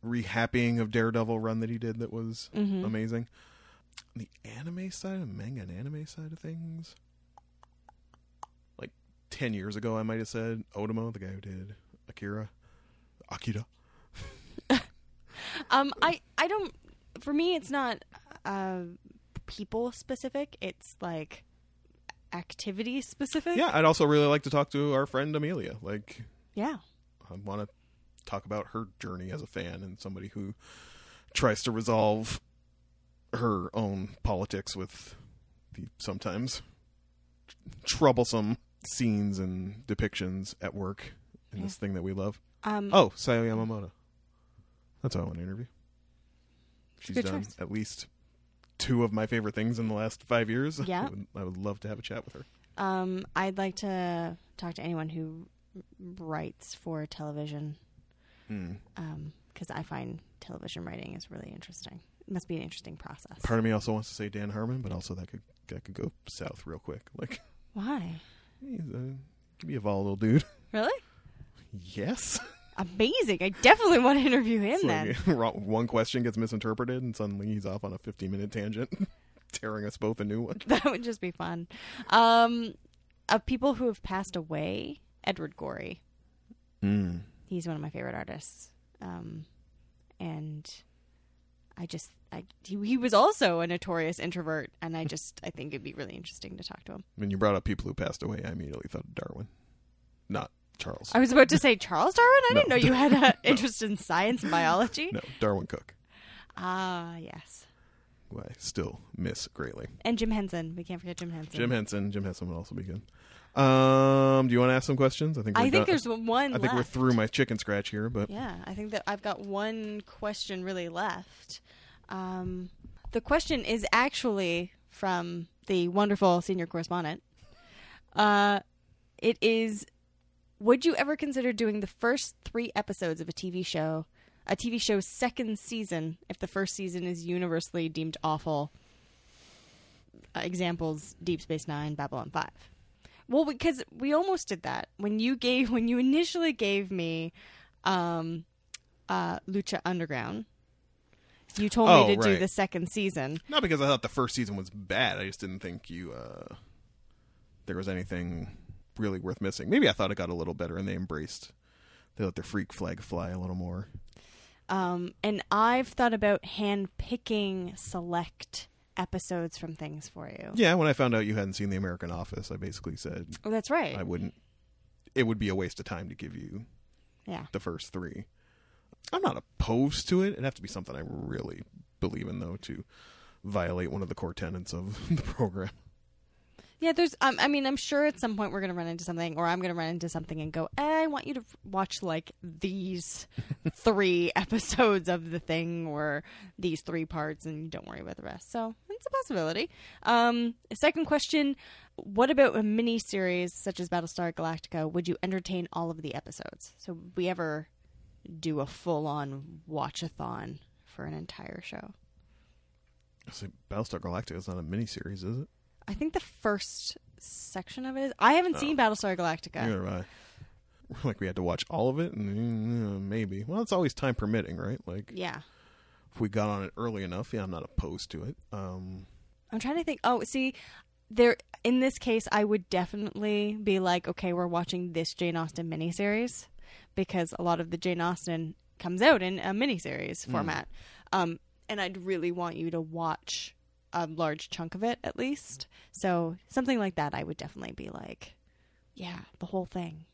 S1: rehapping of Daredevil run that he did that was
S2: Mm-hmm.
S1: amazing. The anime side of manga and anime side of things, like ten years ago, I might have said Otomo, the guy who did Akira, Akira.
S2: Um, I I don't. For me, it's not uh, people specific. It's like activity specific.
S1: Yeah, I'd also really like to talk to our friend Amelia. Like
S2: Yeah.
S1: I want to talk about her journey as a fan and somebody who tries to resolve her own politics with the sometimes troublesome scenes and depictions at work in this thing that we love.
S2: Um.
S1: Oh, Sayo Yamamoto. That's who I want to interview. She's
S2: good
S1: done
S2: choice.
S1: at least two of my favorite things in the last five years. I
S2: Yeah.
S1: would- I would love to have a chat with her.
S2: Um. I'd like to talk to anyone who writes for television. Um. Because I find television writing is really interesting. It must be an interesting process.
S1: Part of me also wants to say Dan Harmon, but also that could that could go south real quick. Like
S2: Why?
S1: He's a, he can be a volatile dude.
S2: Really?
S1: Yes.
S2: Amazing. I definitely want to interview him
S1: It's
S2: then.
S1: like, wrong- one question gets misinterpreted, and suddenly he's off on a 15 minute tangent, tearing us both a new one.
S2: That would just be fun. Um, of people who have passed away, Edward Gorey. He's one of my favorite artists. Um, and I just, I he, he was also a notorious introvert, and I just, I think it'd be really interesting to talk to him.
S1: When you brought up people who passed away, I immediately thought of Darwin, not Charles.
S2: I was about to say Charles Darwin. I didn't
S1: No.
S2: know you had an interest in science and biology.
S1: no, Darwin Cook,
S2: Ah, yes.
S1: who I still miss greatly.
S2: And Jim Henson. We can't forget Jim Henson.
S1: Jim Henson. Jim Henson would also be good. Um, do you want to ask some questions? I think we're
S2: I think
S1: done-
S2: there's one.
S1: I think we're
S2: left.
S1: through my chicken scratch here, but
S2: Yeah, I think that I've got one question really left. Um, the question is actually from the wonderful senior correspondent. Uh, it is Would you ever consider doing the first three episodes of a TV show, a TV show's second season, if the first season is universally deemed awful? uh, examples Deep Space Nine, Babylon 5. Well, because we almost did that when you gave when you initially gave me um, uh, Lucha Underground. You told
S1: Oh,
S2: me to do
S1: right.
S2: the second season.
S1: Not because I thought the first season was bad. I just didn't think you uh, there was anything really worth missing. Maybe I thought it got a little better, and they embraced they let their freak flag fly a little more.
S2: Um, and I've thought about handpicking select episodes from things for you.
S1: Yeah, when I found out you hadn't seen The American Office, I basically said
S2: Oh, that's right.
S1: I wouldn't. It would be a waste of time to give you
S2: yeah.
S1: the first three. I'm not opposed to it. It'd have to be something I really believe in, though, to violate one of the core tenets of the program.
S2: Yeah, there's. Um, I mean, I'm sure at some point we're going to run into something, or I'm going to run into something and go, eh, I want you to watch like these three episodes of the thing, or these three parts, and don't worry about the rest. So it's a possibility. Um, second question: What about a mini series such as Battlestar Galactica? Would you entertain all of the episodes? So would we ever do a full on watch-a-thon for an entire show?
S1: I say Battlestar Galactica is not a miniseries, is it?
S2: I think the first section of it is. I haven't seen Battlestar Galactica.
S1: Neither have I. Like we had to watch all of it, and uh, maybe. Well, it's always time permitting, right? Like
S2: Yeah.
S1: if we got on it early enough, yeah, I'm not opposed to it. Um,
S2: I'm trying to think. Oh, see, there in this case I would definitely be like, okay, we're watching this Jane Austen miniseries because a lot of the Jane Austen comes out in a miniseries format. Um and I'd really want you to watch a large chunk of it at least. So, something like that I would definitely be like, yeah, the whole thing.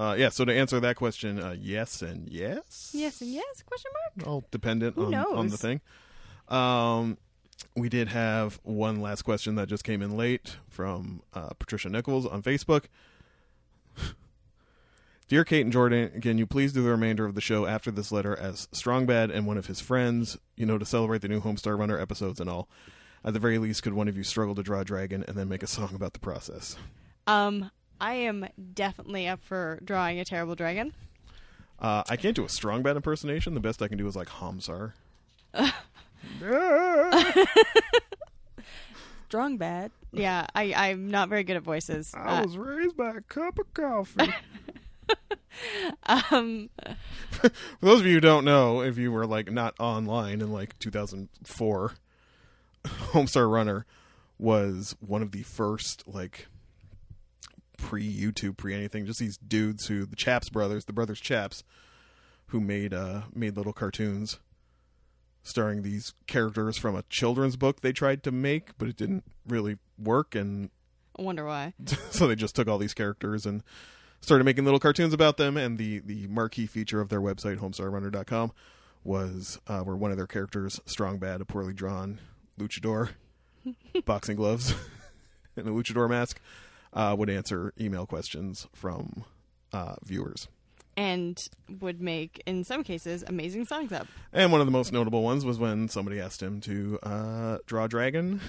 S1: uh, yeah. So to answer that question, uh, yes and yes,
S2: Yes and yes? Question mark.
S1: all dependent
S2: Who
S1: on, on the
S2: knows?
S1: thing. Um, we did have one last question that just came in late from uh, Patricia Nichols on Facebook. Dear Kate and Jordan, can you please do the remainder of the show after this letter as Strongbad and one of his friends, you know, to celebrate the new Homestar Runner episodes and all? At the very least, could one of you struggle to draw a dragon and then make a song about the process?
S2: Um I am definitely up for drawing a terrible dragon.
S1: Uh, I can't do a Strongbad impersonation. The best I can do is like Homsar. Ah.
S2: Strong bad. Yeah, I, I'm not very good at voices. Uh,
S1: I was raised by a cup of coffee.
S2: um,
S1: For those of you who don't know, if you were like not online in like 2004, Homestar Runner was one of the first like pre YouTube, pre anything. Just these dudes who the Chaps brothers, the brothers Chaps, who made uh made little cartoons starring these characters from a children's book they tried to make, but it didn't really work, and
S2: I wonder why.
S1: so they just took all these characters and started making little cartoons about them and the the marquee feature of their website homestarrunner.com was uh, where one of their characters strong bad a poorly drawn luchador boxing gloves and a luchador mask uh, would answer email questions from uh, viewers
S2: And would make, in some cases, amazing songs up.
S1: and one of the most notable ones was when somebody asked him to uh, draw a dragon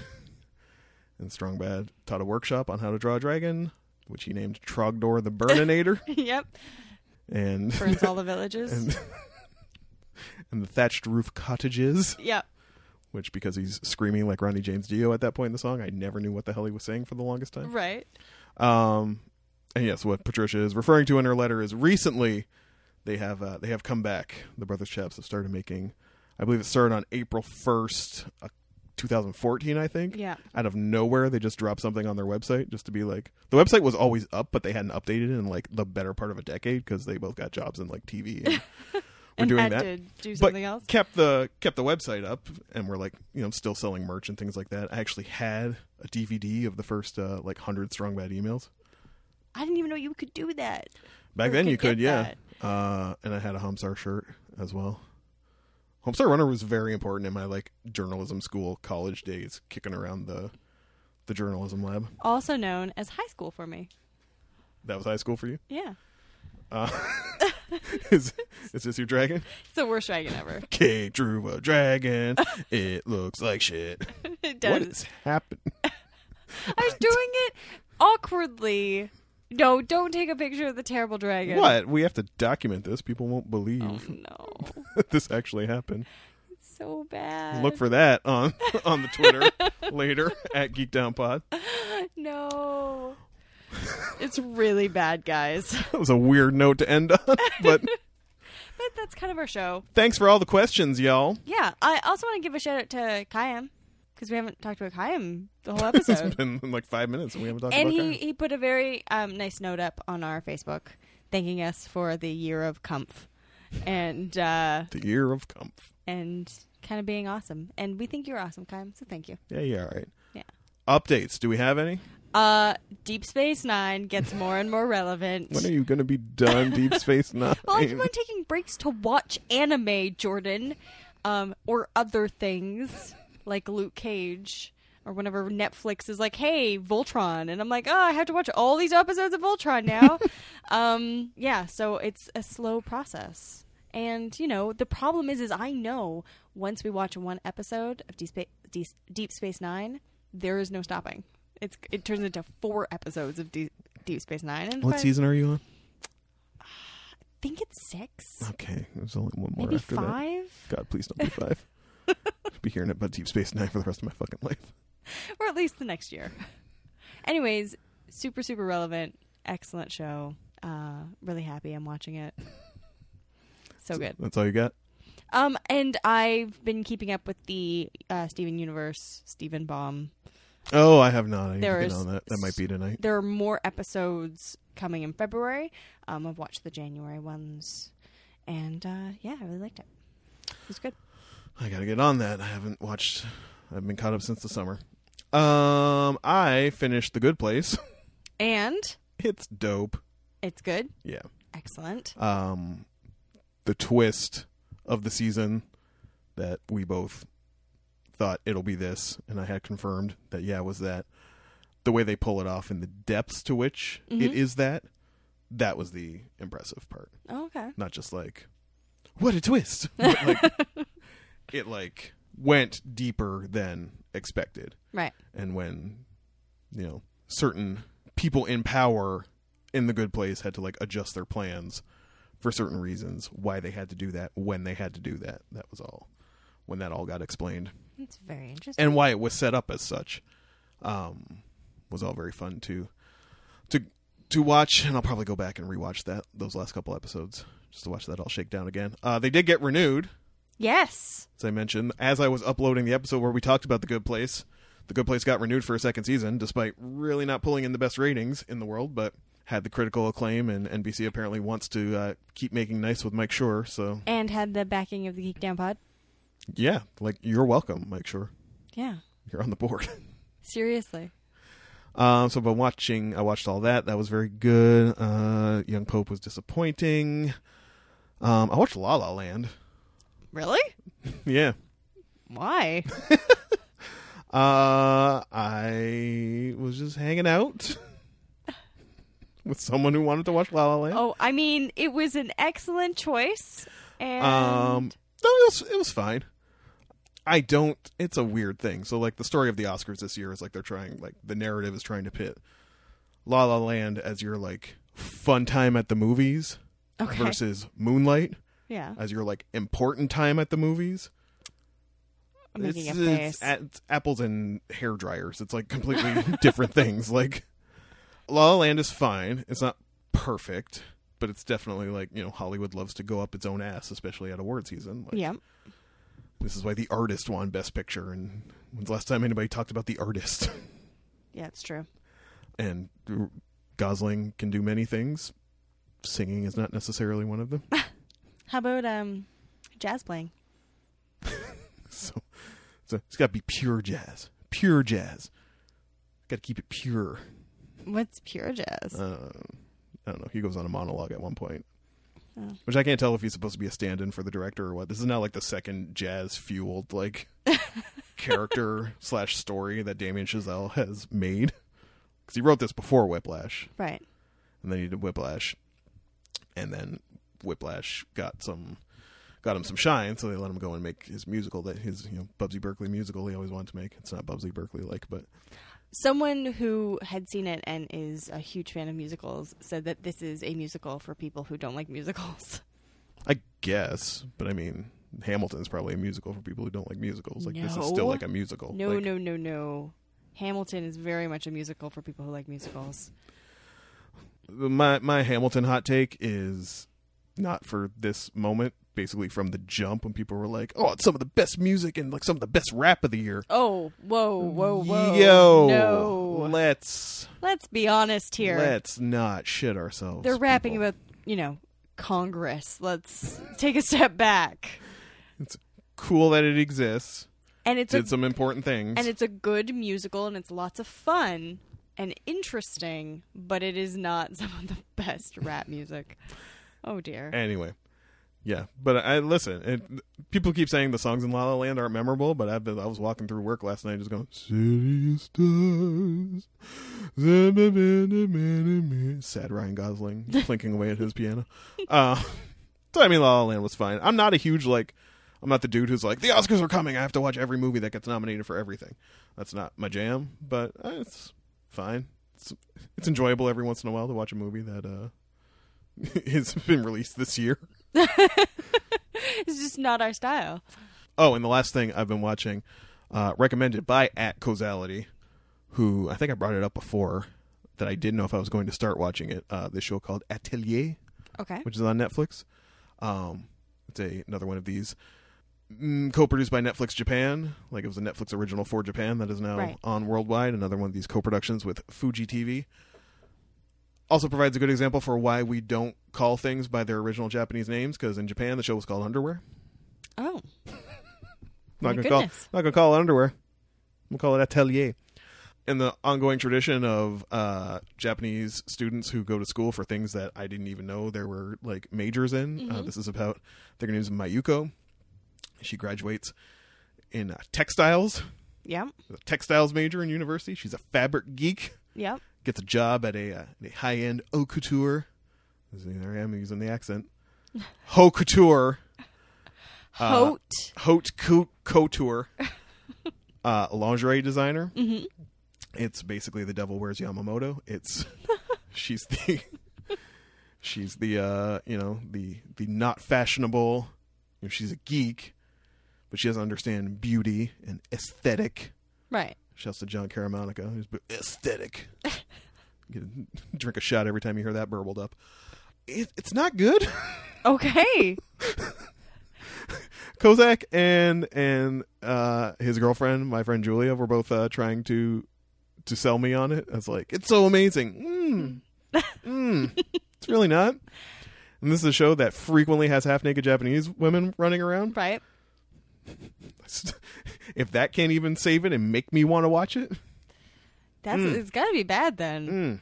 S1: and strong bad taught a workshop on how to draw a dragon which he named trogdor the burninator
S2: yep,
S1: and
S2: burns all the villages.
S1: and, and the thatched roof cottages,
S2: yep.
S1: which because he's screaming like Ronnie James Dio at that point in the song, I never knew what the hell he was saying for the longest time.
S2: Right.
S1: Um, and yes, what Patricia is referring to in her letter is recently they have uh, they have come back. The Brothers Chaps have started making, I believe it started on April first, uh, 2014, I think.
S2: Yeah.
S1: Out of nowhere, they just dropped something on their website just to be like the website was always up, but they hadn't updated it in like the better part of a decade because they both got jobs in like TV. And we're
S2: and
S1: doing
S2: had
S1: that
S2: to do something else.
S1: kept the kept the website up and we're like you know still selling merch and things like that i actually had a dvd of the first uh, like 100 strong bad emails
S2: I didn't even know you could do that.
S1: back
S2: Or
S1: then
S2: could
S1: you could
S2: get
S1: yeah uh, and i had a homestar shirt as well homestar runner was very important in my like journalism school college days kicking around the the journalism lab
S2: Also known as high school for me.
S1: that was high school for you
S2: Yeah.
S1: uh, is, is this your dragon
S2: It's the worst dragon ever.
S1: kate drew a dragon it looks like shit
S2: it does.
S1: what is happening
S2: I was doing it awkwardly. No, don't take a picture of the terrible dragon.
S1: What? We have to document this. People won't believe
S2: Oh, no.
S1: that this actually happened.
S2: so bad.
S1: Look for that on on the Twitter later at GeekdownPod.
S2: no. it's really bad, guys.
S1: That was a weird note to end on, but
S2: But that's kind of our show.
S1: thanks for all the questions, y'all.
S2: Yeah, I also want to give a shout out to Kayam because we haven't talked about Kayam the whole episode.
S1: It's been like five minutes and we haven't talked
S2: and
S1: about
S2: he,
S1: Kanye.
S2: he put a very um, nice note up on our Facebook thanking us for the year of Comf and uh,
S1: the year of comf.
S2: and kind of being awesome. And we think you're awesome, Kayam, so thank you.
S1: Yeah, yeah, all right.
S2: Yeah.
S1: Updates. Do we have any?
S2: Uh, Deep Space Nine gets more and more relevant.
S1: When are you going to be done, Deep Space Nine?
S2: Well, I keep on taking breaks to watch anime, Jordan, um, or other things like Luke Cage, or whenever Netflix is like, "Hey, Voltron," and I'm like, "Oh, I have to watch all these episodes of Voltron now." um, yeah, so it's a slow process, and you know the problem is, is I know once we watch one episode of Deep, Spa- Deep, Deep Space Nine, there is no stopping. It's it turns into four episodes of Deep, Deep Space Nine. And
S1: what
S2: if I-
S1: season are you on?
S2: I think it's six.
S1: Okay, there's only one more
S2: Maybe
S1: after that.
S2: five,
S1: God, please don't be five. I'll be hearing about Deep Space Nine for the rest of my fucking life.
S2: or at least the next year. Anyways, super super relevant, excellent show. Uh, really happy I'm watching it. So good.
S1: That's all you got?
S2: Um, and I've been keeping up with the uh, Steven Universe, Steven Bomb.
S1: Oh, I have not. I need
S2: There
S1: to get
S2: is
S1: on that. That might be tonight.
S2: There are more episodes coming in February. Um, I've watched the January ones, and uh, yeah, I really liked it. It was good.
S1: I gotta get on that. I haven't watched. I've been caught up since the summer. Um, I finished The Good Place.
S2: And
S1: it's dope.
S2: it's good.
S1: Yeah.
S2: Excellent.
S1: Um, the twist of the season that we both thought it'll be this, and I had confirmed that yeah, it was that. The way they pull it off and the depths to which it is that, that was the impressive part.
S2: Oh, okay.
S1: Not just like, what a twist. But like, it like went deeper than expected.
S2: Right.
S1: and when you know certain people in power in the good place had to like adjust their plans for certain reasons why they had to do that when they had to do that that was all when that all got explained
S2: That's very interesting.
S1: and why it was set up as such um was all very fun to to to watch and I'll probably go back and rewatch that those last couple episodes just to watch that all shake down again uh they did get renewed
S2: Yes.
S1: as I mentioned, as I was uploading the episode where we talked about The Good Place, The Good Place got renewed for a second season, despite really not pulling in the best ratings in the world, but had the critical acclaim, and NBC apparently wants to uh, keep making nice with Mike Shore. So,
S2: And had the backing of the Geek Down Pod.
S1: yeah, like, you're welcome, Mike Shore.
S2: Yeah.
S1: You're on the board.
S2: Seriously.
S1: Um, so I've been watching. I watched all that. That was very good. Uh, Young Pope was disappointing. Um, I watched La La Land.
S2: Really?
S1: yeah,
S2: Why?
S1: Uh, I was just hanging out with someone who wanted to watch La La Land.
S2: oh, I mean, it was an excellent choice. And
S1: um, no, it was it was fine. I don't. It's a weird thing. So like the story of the Oscars this year is like they're trying like the narrative is trying to pit La La Land as your like fun time at the movies
S2: okay.
S1: versus Moonlight
S2: yeah.
S1: as your like important time at the movies.
S2: I'm making a
S1: it's,
S2: face.
S1: it's a- apples and hair dryers. It's like completely different things. Like La La Land is fine. It's not perfect, but it's definitely like you know Hollywood loves to go up its own ass, especially at award season. Like,
S2: yeah.
S1: this is why the artist won Best Picture. And when's the last time anybody talked about the artist?
S2: Yeah, it's true.
S1: and Gosling can do many things. Singing is not necessarily one of them.
S2: How about um jazz playing?
S1: So, so it's got to be pure jazz. Pure jazz. Got to keep it pure.
S2: What's pure jazz?
S1: uh, I don't know. He goes on a monologue at one point,
S2: Oh.
S1: which I can't tell if he's supposed to be a stand-in for the director or what. This is now like the second jazz-fueled like character slash story that Damien Chazelle has made because he wrote this before Whiplash,
S2: right.
S1: and then he did Whiplash, and then Whiplash got some got him some shine, so they let him go and make his musical that his you know Bubsy Berkeley musical he always wanted to make. It's not Bubsy Berkeley like, but
S2: Someone who had seen it and is a huge fan of musicals said that this is a musical for people who don't like musicals.
S1: I guess. But I mean, Hamilton is probably a musical for people who don't like musicals. Like this is still
S2: No.
S1: like a musical.
S2: No,
S1: Like,
S2: no, no, no. Hamilton is very much a musical for people who like musicals.
S1: my my Hamilton hot take is not for this moment. Basically, from the jump, when people were like, "Oh, it's some of the best music and like some of the best rap of the year."
S2: Oh, whoa, whoa, whoa.
S1: Yo,
S2: No.
S1: let's
S2: Let's be honest here.
S1: let's not shit ourselves.
S2: They're rapping
S1: people.
S2: about, you know, Congress. Let's take a step back.
S1: cool that it exists.
S2: And it's a
S1: Did some important things.
S2: and it's a good musical and it's lots of fun and interesting, but it is not some of the best rap music. Oh dear.
S1: anyway, yeah. But I listen. It, people keep saying the songs in La La Land aren't memorable, but I've been, I was walking through work last night just going "City of Stars." Sad Ryan Gosling clinking away at his piano. Uh, so I mean, La La Land was fine. I'm not a huge like. I'm not the dude who's like the Oscars are coming. I have to watch every movie that gets nominated for everything. That's not my jam, but uh, it's fine. It's it's enjoyable every once in a while to watch a movie that uh has been released this year.
S2: It's just not our style.
S1: Oh, and the last thing I've been watching, uh, recommended by at Causality, who I think I brought it up before that I didn't know if I was going to start watching it. Uh, this show called Atelier,
S2: Okay.
S1: which is on Netflix. Um, it's a, another one of these mm, co-produced by Netflix Japan. Like it was a Netflix original for Japan that is now
S2: Right.
S1: on worldwide. Another one of these co-productions with Fuji TV. Also provides a good example for why we don't call things by their original Japanese names because in Japan the show was called Underwear.
S2: Oh.
S1: Not
S2: My
S1: gonna call
S2: goodness.
S1: not gonna call it underwear. We'll call it atelier. In the ongoing tradition of uh, Japanese students who go to school for things that I didn't even know there were like majors in, uh, this is about their name is Mayuko. She graduates in uh, textiles,
S2: Yep.
S1: a textiles major in university. She's a fabric geek.
S2: Yep.
S1: Gets a job at a, uh, a high end haute couture. There I am using the accent. Haute couture Uh,
S2: Hote.
S1: haute cou- couture uh, lingerie designer.
S2: Mm-hmm.
S1: It's basically the devil wears Yamamoto. It's she's the she's the uh, you know the the not fashionable. You know, she's a geek, but she doesn't understand beauty and aesthetic.
S2: Right.
S1: Shouts to John Caramanica, who's b- aesthetic. Get a- drink a shot every time you hear that burbled up. It, it's not good.
S2: Okay.
S1: Kozak and and uh, his girlfriend, my friend Julia, were both uh, trying to to sell me on it. I was like, it's so amazing. Mm.
S2: Hmm.
S1: Mm. it's really not. And this is a show that frequently has half naked Japanese women running around.
S2: right.
S1: if that can't even save it and make me want to watch it.
S2: That's
S1: Mm.
S2: it's got to be bad then.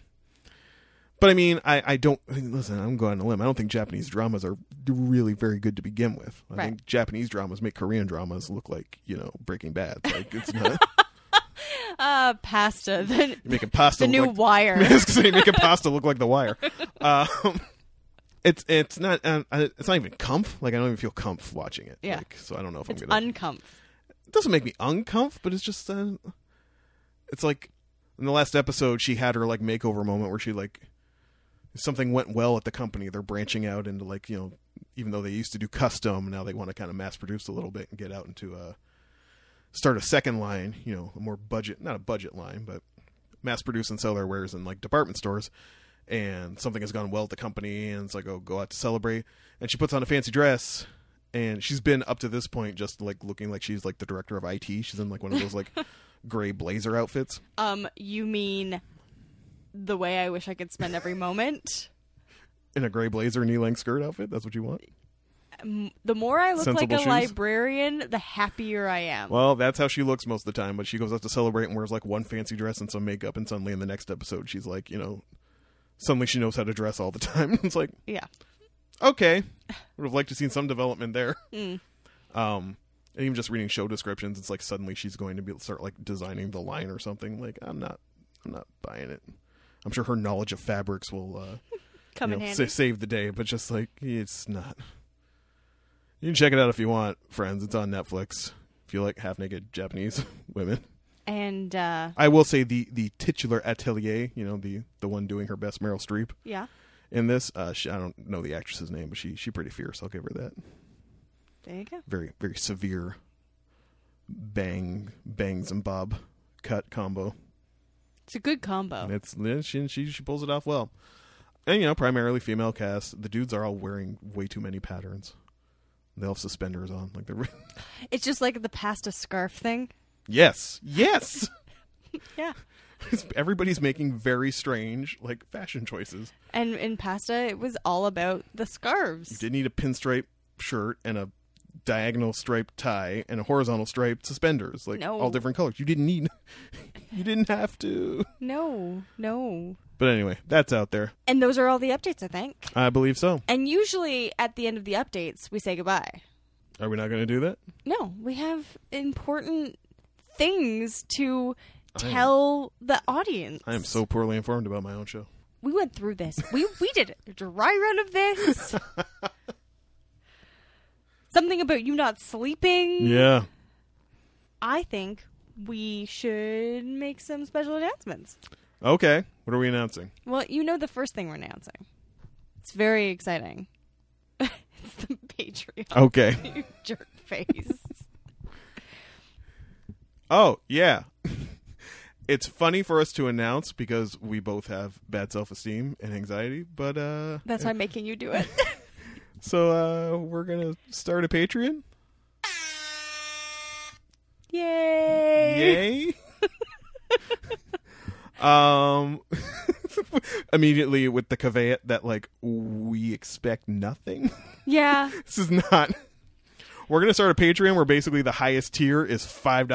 S1: But I mean, I, I don't I mean, listen. I'm going on a limb. I don't think Japanese dramas are really very good to begin with. I
S2: Right.
S1: think Japanese dramas make Korean dramas look like you know Breaking Bad. Like it's not
S2: Uh pasta the,
S1: making pasta. look
S2: the new
S1: like- I
S2: wire.
S1: was gonna say making pasta look like the wire. Um, it's it's not uh, uh, it's not even comf. Like I don't even feel comf watching it.
S2: Yeah.
S1: Like, so I don't know if
S2: It's
S1: I'm gonna.
S2: uncomf.
S1: it doesn't make me uncomf, but it's just uh, it's like in the last episode she had her like makeover moment where she like something went well at the company. They're branching out into like you know even though they used to do custom now they want to kind of mass produce a little bit and get out into a start a second line. You know a more budget not a budget line but mass produce and sell their wares in like department stores and something has gone well at the company and it's like oh go out to celebrate and she puts on a fancy dress and she's been up to this point just like looking like she's like the director of IT she's in like one of those like gray blazer outfits
S2: Um you mean the way I wish I could spend every moment?
S1: in a gray blazer knee-length skirt outfit that's what you want
S2: The more I look like
S1: Sensible
S2: a
S1: shoes.
S2: librarian, the happier I am.
S1: well that's how she looks most of the time but she goes out to celebrate and wears like one fancy dress and some makeup and suddenly in the next episode she's like you know suddenly she knows how to dress all the time it's like
S2: Yeah.
S1: okay. Would have liked to seen some development there.
S2: Hmm.
S1: Um, and even just reading show descriptions, it's like suddenly she's going to be start like designing the line or something. Like I'm not, I'm not buying it. I'm sure her knowledge of fabrics will uh,
S2: Come
S1: you
S2: in
S1: know,
S2: handy.
S1: sa- save the day, but just like it's not. You can check it out if you want, friends. It's on Netflix. If you like half naked Japanese women,
S2: and uh
S1: I will say the the titular atelier, you know the the one doing her best Meryl Streep
S2: yeah.
S1: in this. Uh, she, I don't know the actress's name, but she she pretty fierce. I'll give her that.
S2: There you go.
S1: Very very severe bang bangs and bob cut combo.
S2: It's a good combo.
S1: And it's yeah, she she she pulls it off well. And you know, primarily female cast. The dudes are all wearing way too many patterns. They all have suspenders on, like they're.
S2: It's just like the pasta scarf thing.
S1: yes, yes.
S2: Yeah.
S1: Everybody's making very strange, like fashion choices.
S2: And in pasta, it was all about the
S1: You
S2: scarves.
S1: did need a pinstripe shirt and a diagonal striped tie and a horizontal striped suspenders, like
S2: No.
S1: all different colors. You didn't need. you didn't have to.
S2: No, no.
S1: But anyway, that's out there.
S2: And those are all the updates, I think.
S1: I believe so.
S2: And usually at the end of the updates, we say goodbye.
S1: Are we not going to do that?
S2: No, we have important things to
S1: I am-
S2: tell the audience.
S1: I am so poorly informed about my own show.
S2: We went through this. We we did a dry run of this. Something about you not sleeping.
S1: Yeah.
S2: I think we should make some special announcements.
S1: Okay. What are we announcing?
S2: Well, you know the first thing we're announcing. It's very exciting. it's the Patreon.
S1: Okay.
S2: You jerk face.
S1: Oh, yeah. it's funny for us to announce because we both have bad self-esteem and anxiety, but uh
S2: That's why I'm making you do it.
S1: so uh we're going to start a Patreon.
S2: Yay!
S1: Yay. um immediately with the caveat that like we expect nothing.
S2: Yeah.
S1: this is not We're going to start a Patreon where basically the highest tier is $5.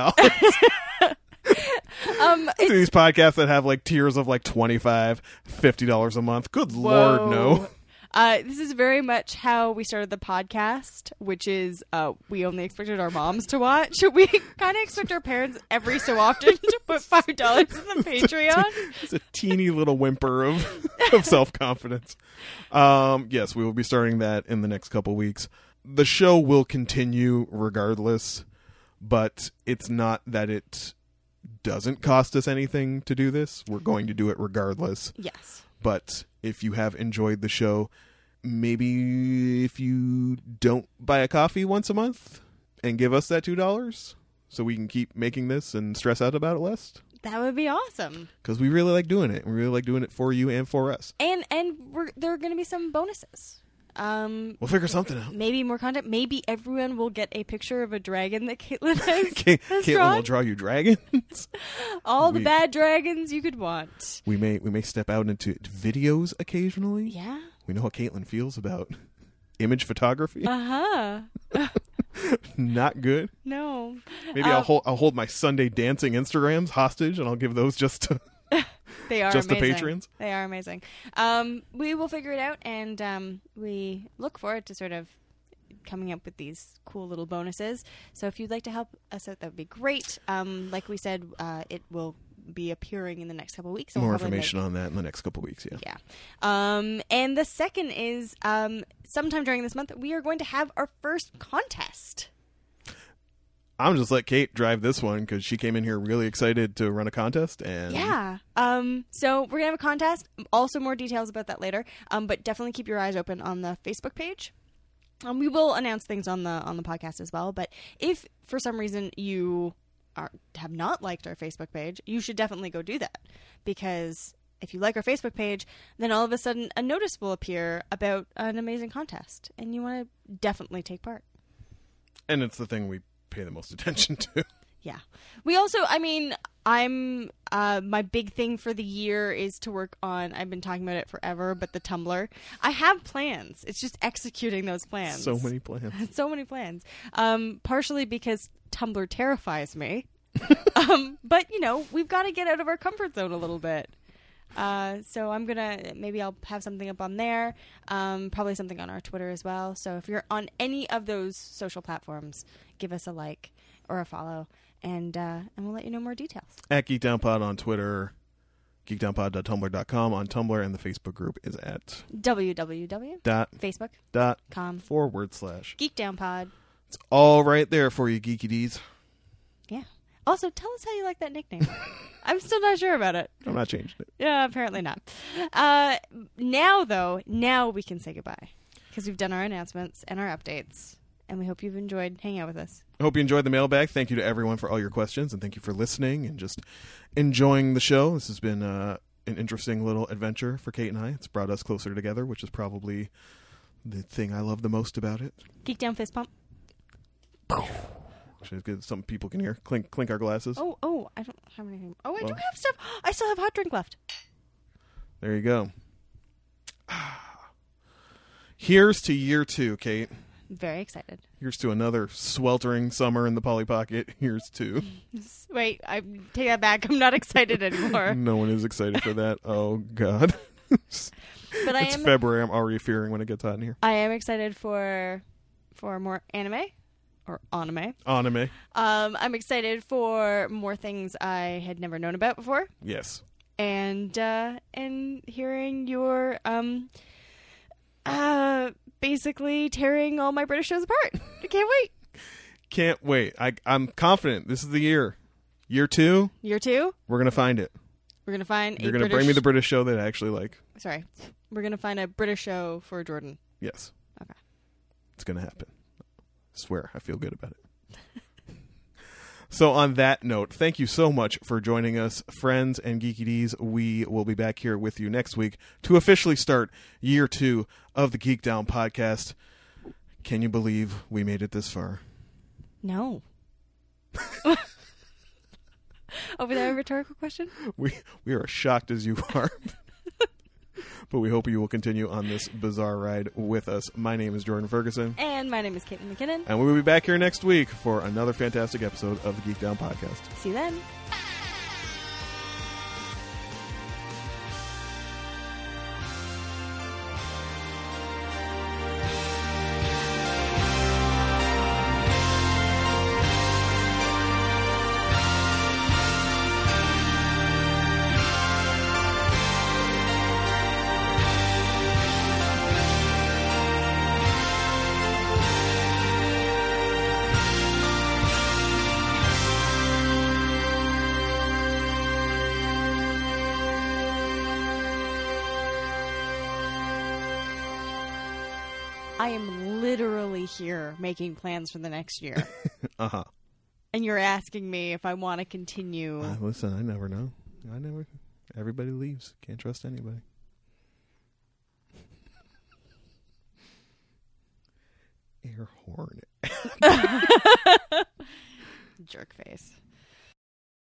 S2: Um.
S1: to these podcasts that have like tiers of like 25 50 dollars a month good lord no
S2: Whoa. Uh, this is very much how we started the podcast, which is uh, we only expected our moms to watch. We kind of expect our parents every so often to put five dollars in the Patreon.
S1: it's a teeny little whimper of, of self-confidence um yes we will be starting that in the next couple weeks the show will continue regardless but it's not that it doesn't cost us anything to do this we're going to do it regardless
S2: Yes.
S1: but if you have enjoyed the show maybe if you don't buy a coffee once a month and give us that two dollars so we can keep making this and stress out about it less
S2: That would be awesome.
S1: because we really like doing it we really like doing it for you and for us
S2: And and we're, there are going to be some bonuses. Um,
S1: we'll figure something out
S2: maybe more content. Maybe everyone will get a picture of a dragon that Caitlin has.
S1: Ca-
S2: has
S1: Caitlin will
S2: drawn.
S1: draw you dragons.
S2: All the
S1: we-
S2: bad dragons you could want.
S1: we may we may step out into videos occasionally.
S2: Yeah.
S1: We know how Caitlin feels about image photography.
S2: Uh huh.
S1: Not good.
S2: No. Um,
S1: Maybe I'll hold I'll hold my Sunday dancing Instagrams hostage, and I'll give those just to
S2: They are
S1: Just the
S2: amazing.
S1: patrons?
S2: They are amazing. Um, we will figure it out, and um, we look forward to sort of coming up with these cool little bonuses. So if you'd like to help us out, that would be great. Um, like we said, uh, it will be appearing in the next couple of weeks. so we'll
S1: more
S2: probably make-
S1: information on that in the next couple weeks. Yeah.
S2: yeah. Um, and the second is um, sometime during this month, we are going to have our first contest.
S1: I'm just let Kate drive this one because she came in here really excited to run a contest and
S2: Yeah. Um, so we're gonna have a contest. Also, more details about that later. Um, but definitely keep your eyes open on the Facebook page. Um, we will announce things on the on the podcast as well. But if for some reason you are, have not liked our Facebook page, you should definitely go do that because if you like our Facebook page, then all of a sudden a notice will appear about an amazing contest, and you want to definitely take part.
S1: and it's the thing we pay the most attention to.
S2: Yeah. We also, I mean, I'm uh my big thing for the year is to work on I've been talking about it forever, but the Tumblr. I have plans. It's just executing those plans.
S1: so many plans.
S2: so many plans. Um partially because Tumblr terrifies me. um but you know, we've got to get out of our comfort zone a little bit. Uh, so I'm gonna maybe I'll have something up on there, um, probably something on our Twitter as well. So if you're on any of those social platforms, give us a like or a follow, and uh, and we'll let you know more details.
S1: At GeekdownPod on Twitter, geekdownpod.tumblr.com on Tumblr, and the Facebook group is at
S2: www.
S1: dot
S2: Facebook
S1: dot
S2: com
S1: forward slash.
S2: Geek Down Pod.
S1: It's all right there for you, geeky dees.
S2: Yeah. Also, tell us how you like that nickname. I'm still not sure about it.
S1: I'm not changing it.
S2: Yeah, apparently not. Uh, now though, now we can say goodbye because we've done our announcements and our updates, and we hope you've enjoyed hanging out with us.
S1: Hope you enjoyed the mailbag. Thank you to everyone for all your questions, and thank you for listening and just enjoying the show. This has been uh, an interesting little adventure for Kate and I. It's brought us closer together, which is probably the thing I love the most about it.
S2: Geek down fist pump.
S1: Actually, it's good. Some people can hear clink clink our glasses.
S2: Oh, oh, I don't have anything. Oh, I do
S1: Well.
S2: have stuff. I still have hot drink left.
S1: There you go. Here's to year two, Kate.
S2: Very excited.
S1: Here's to another sweltering summer in the Polly Pocket. Here's to.
S2: Wait, I take that back. I'm not excited anymore.
S1: No one is excited for that. Oh, God. it's
S2: but I am.
S1: February. I'm already fearing when it gets hot in here.
S2: I am excited for for more anime or anime.
S1: Anime.
S2: Um, I'm excited for more things I had never known about before,
S1: Yes.
S2: and uh, and hearing your um, uh, basically tearing all my British shows apart. I can't wait.
S1: Can't wait. I, I'm confident. This is the year. Year two,
S2: Year two,
S1: we're going to find it.
S2: we're gonna find.
S1: You're
S2: a
S1: going to
S2: British-
S1: bring me the British show that I actually like.
S2: Sorry, we're gonna find a British show for Jordan.
S1: Yes.
S2: Okay.
S1: It's going to happen. swear, I feel good about it. so, on that note, thank you so much for joining us, friends and geeky D's. We will be back here with you next week to officially start year two of the Geek Down podcast. Can you believe we made it this far?
S2: No. oh, was that a rhetorical question?
S1: We we are shocked as you are. but we hope you will continue on this bizarre ride with us. My name is Jordan Ferguson.
S2: And my name is Caitlin McKinnon.
S1: And we will be back here next week for another fantastic episode of the Geek Down Podcast.
S2: See you then. I am literally here making plans for the next year.
S1: Uh huh.
S2: and you're asking me if I want to continue.
S1: Uh, listen, I never know. I never. Everybody leaves. Can't trust anybody. Air horn. Uh.
S2: Jerk face.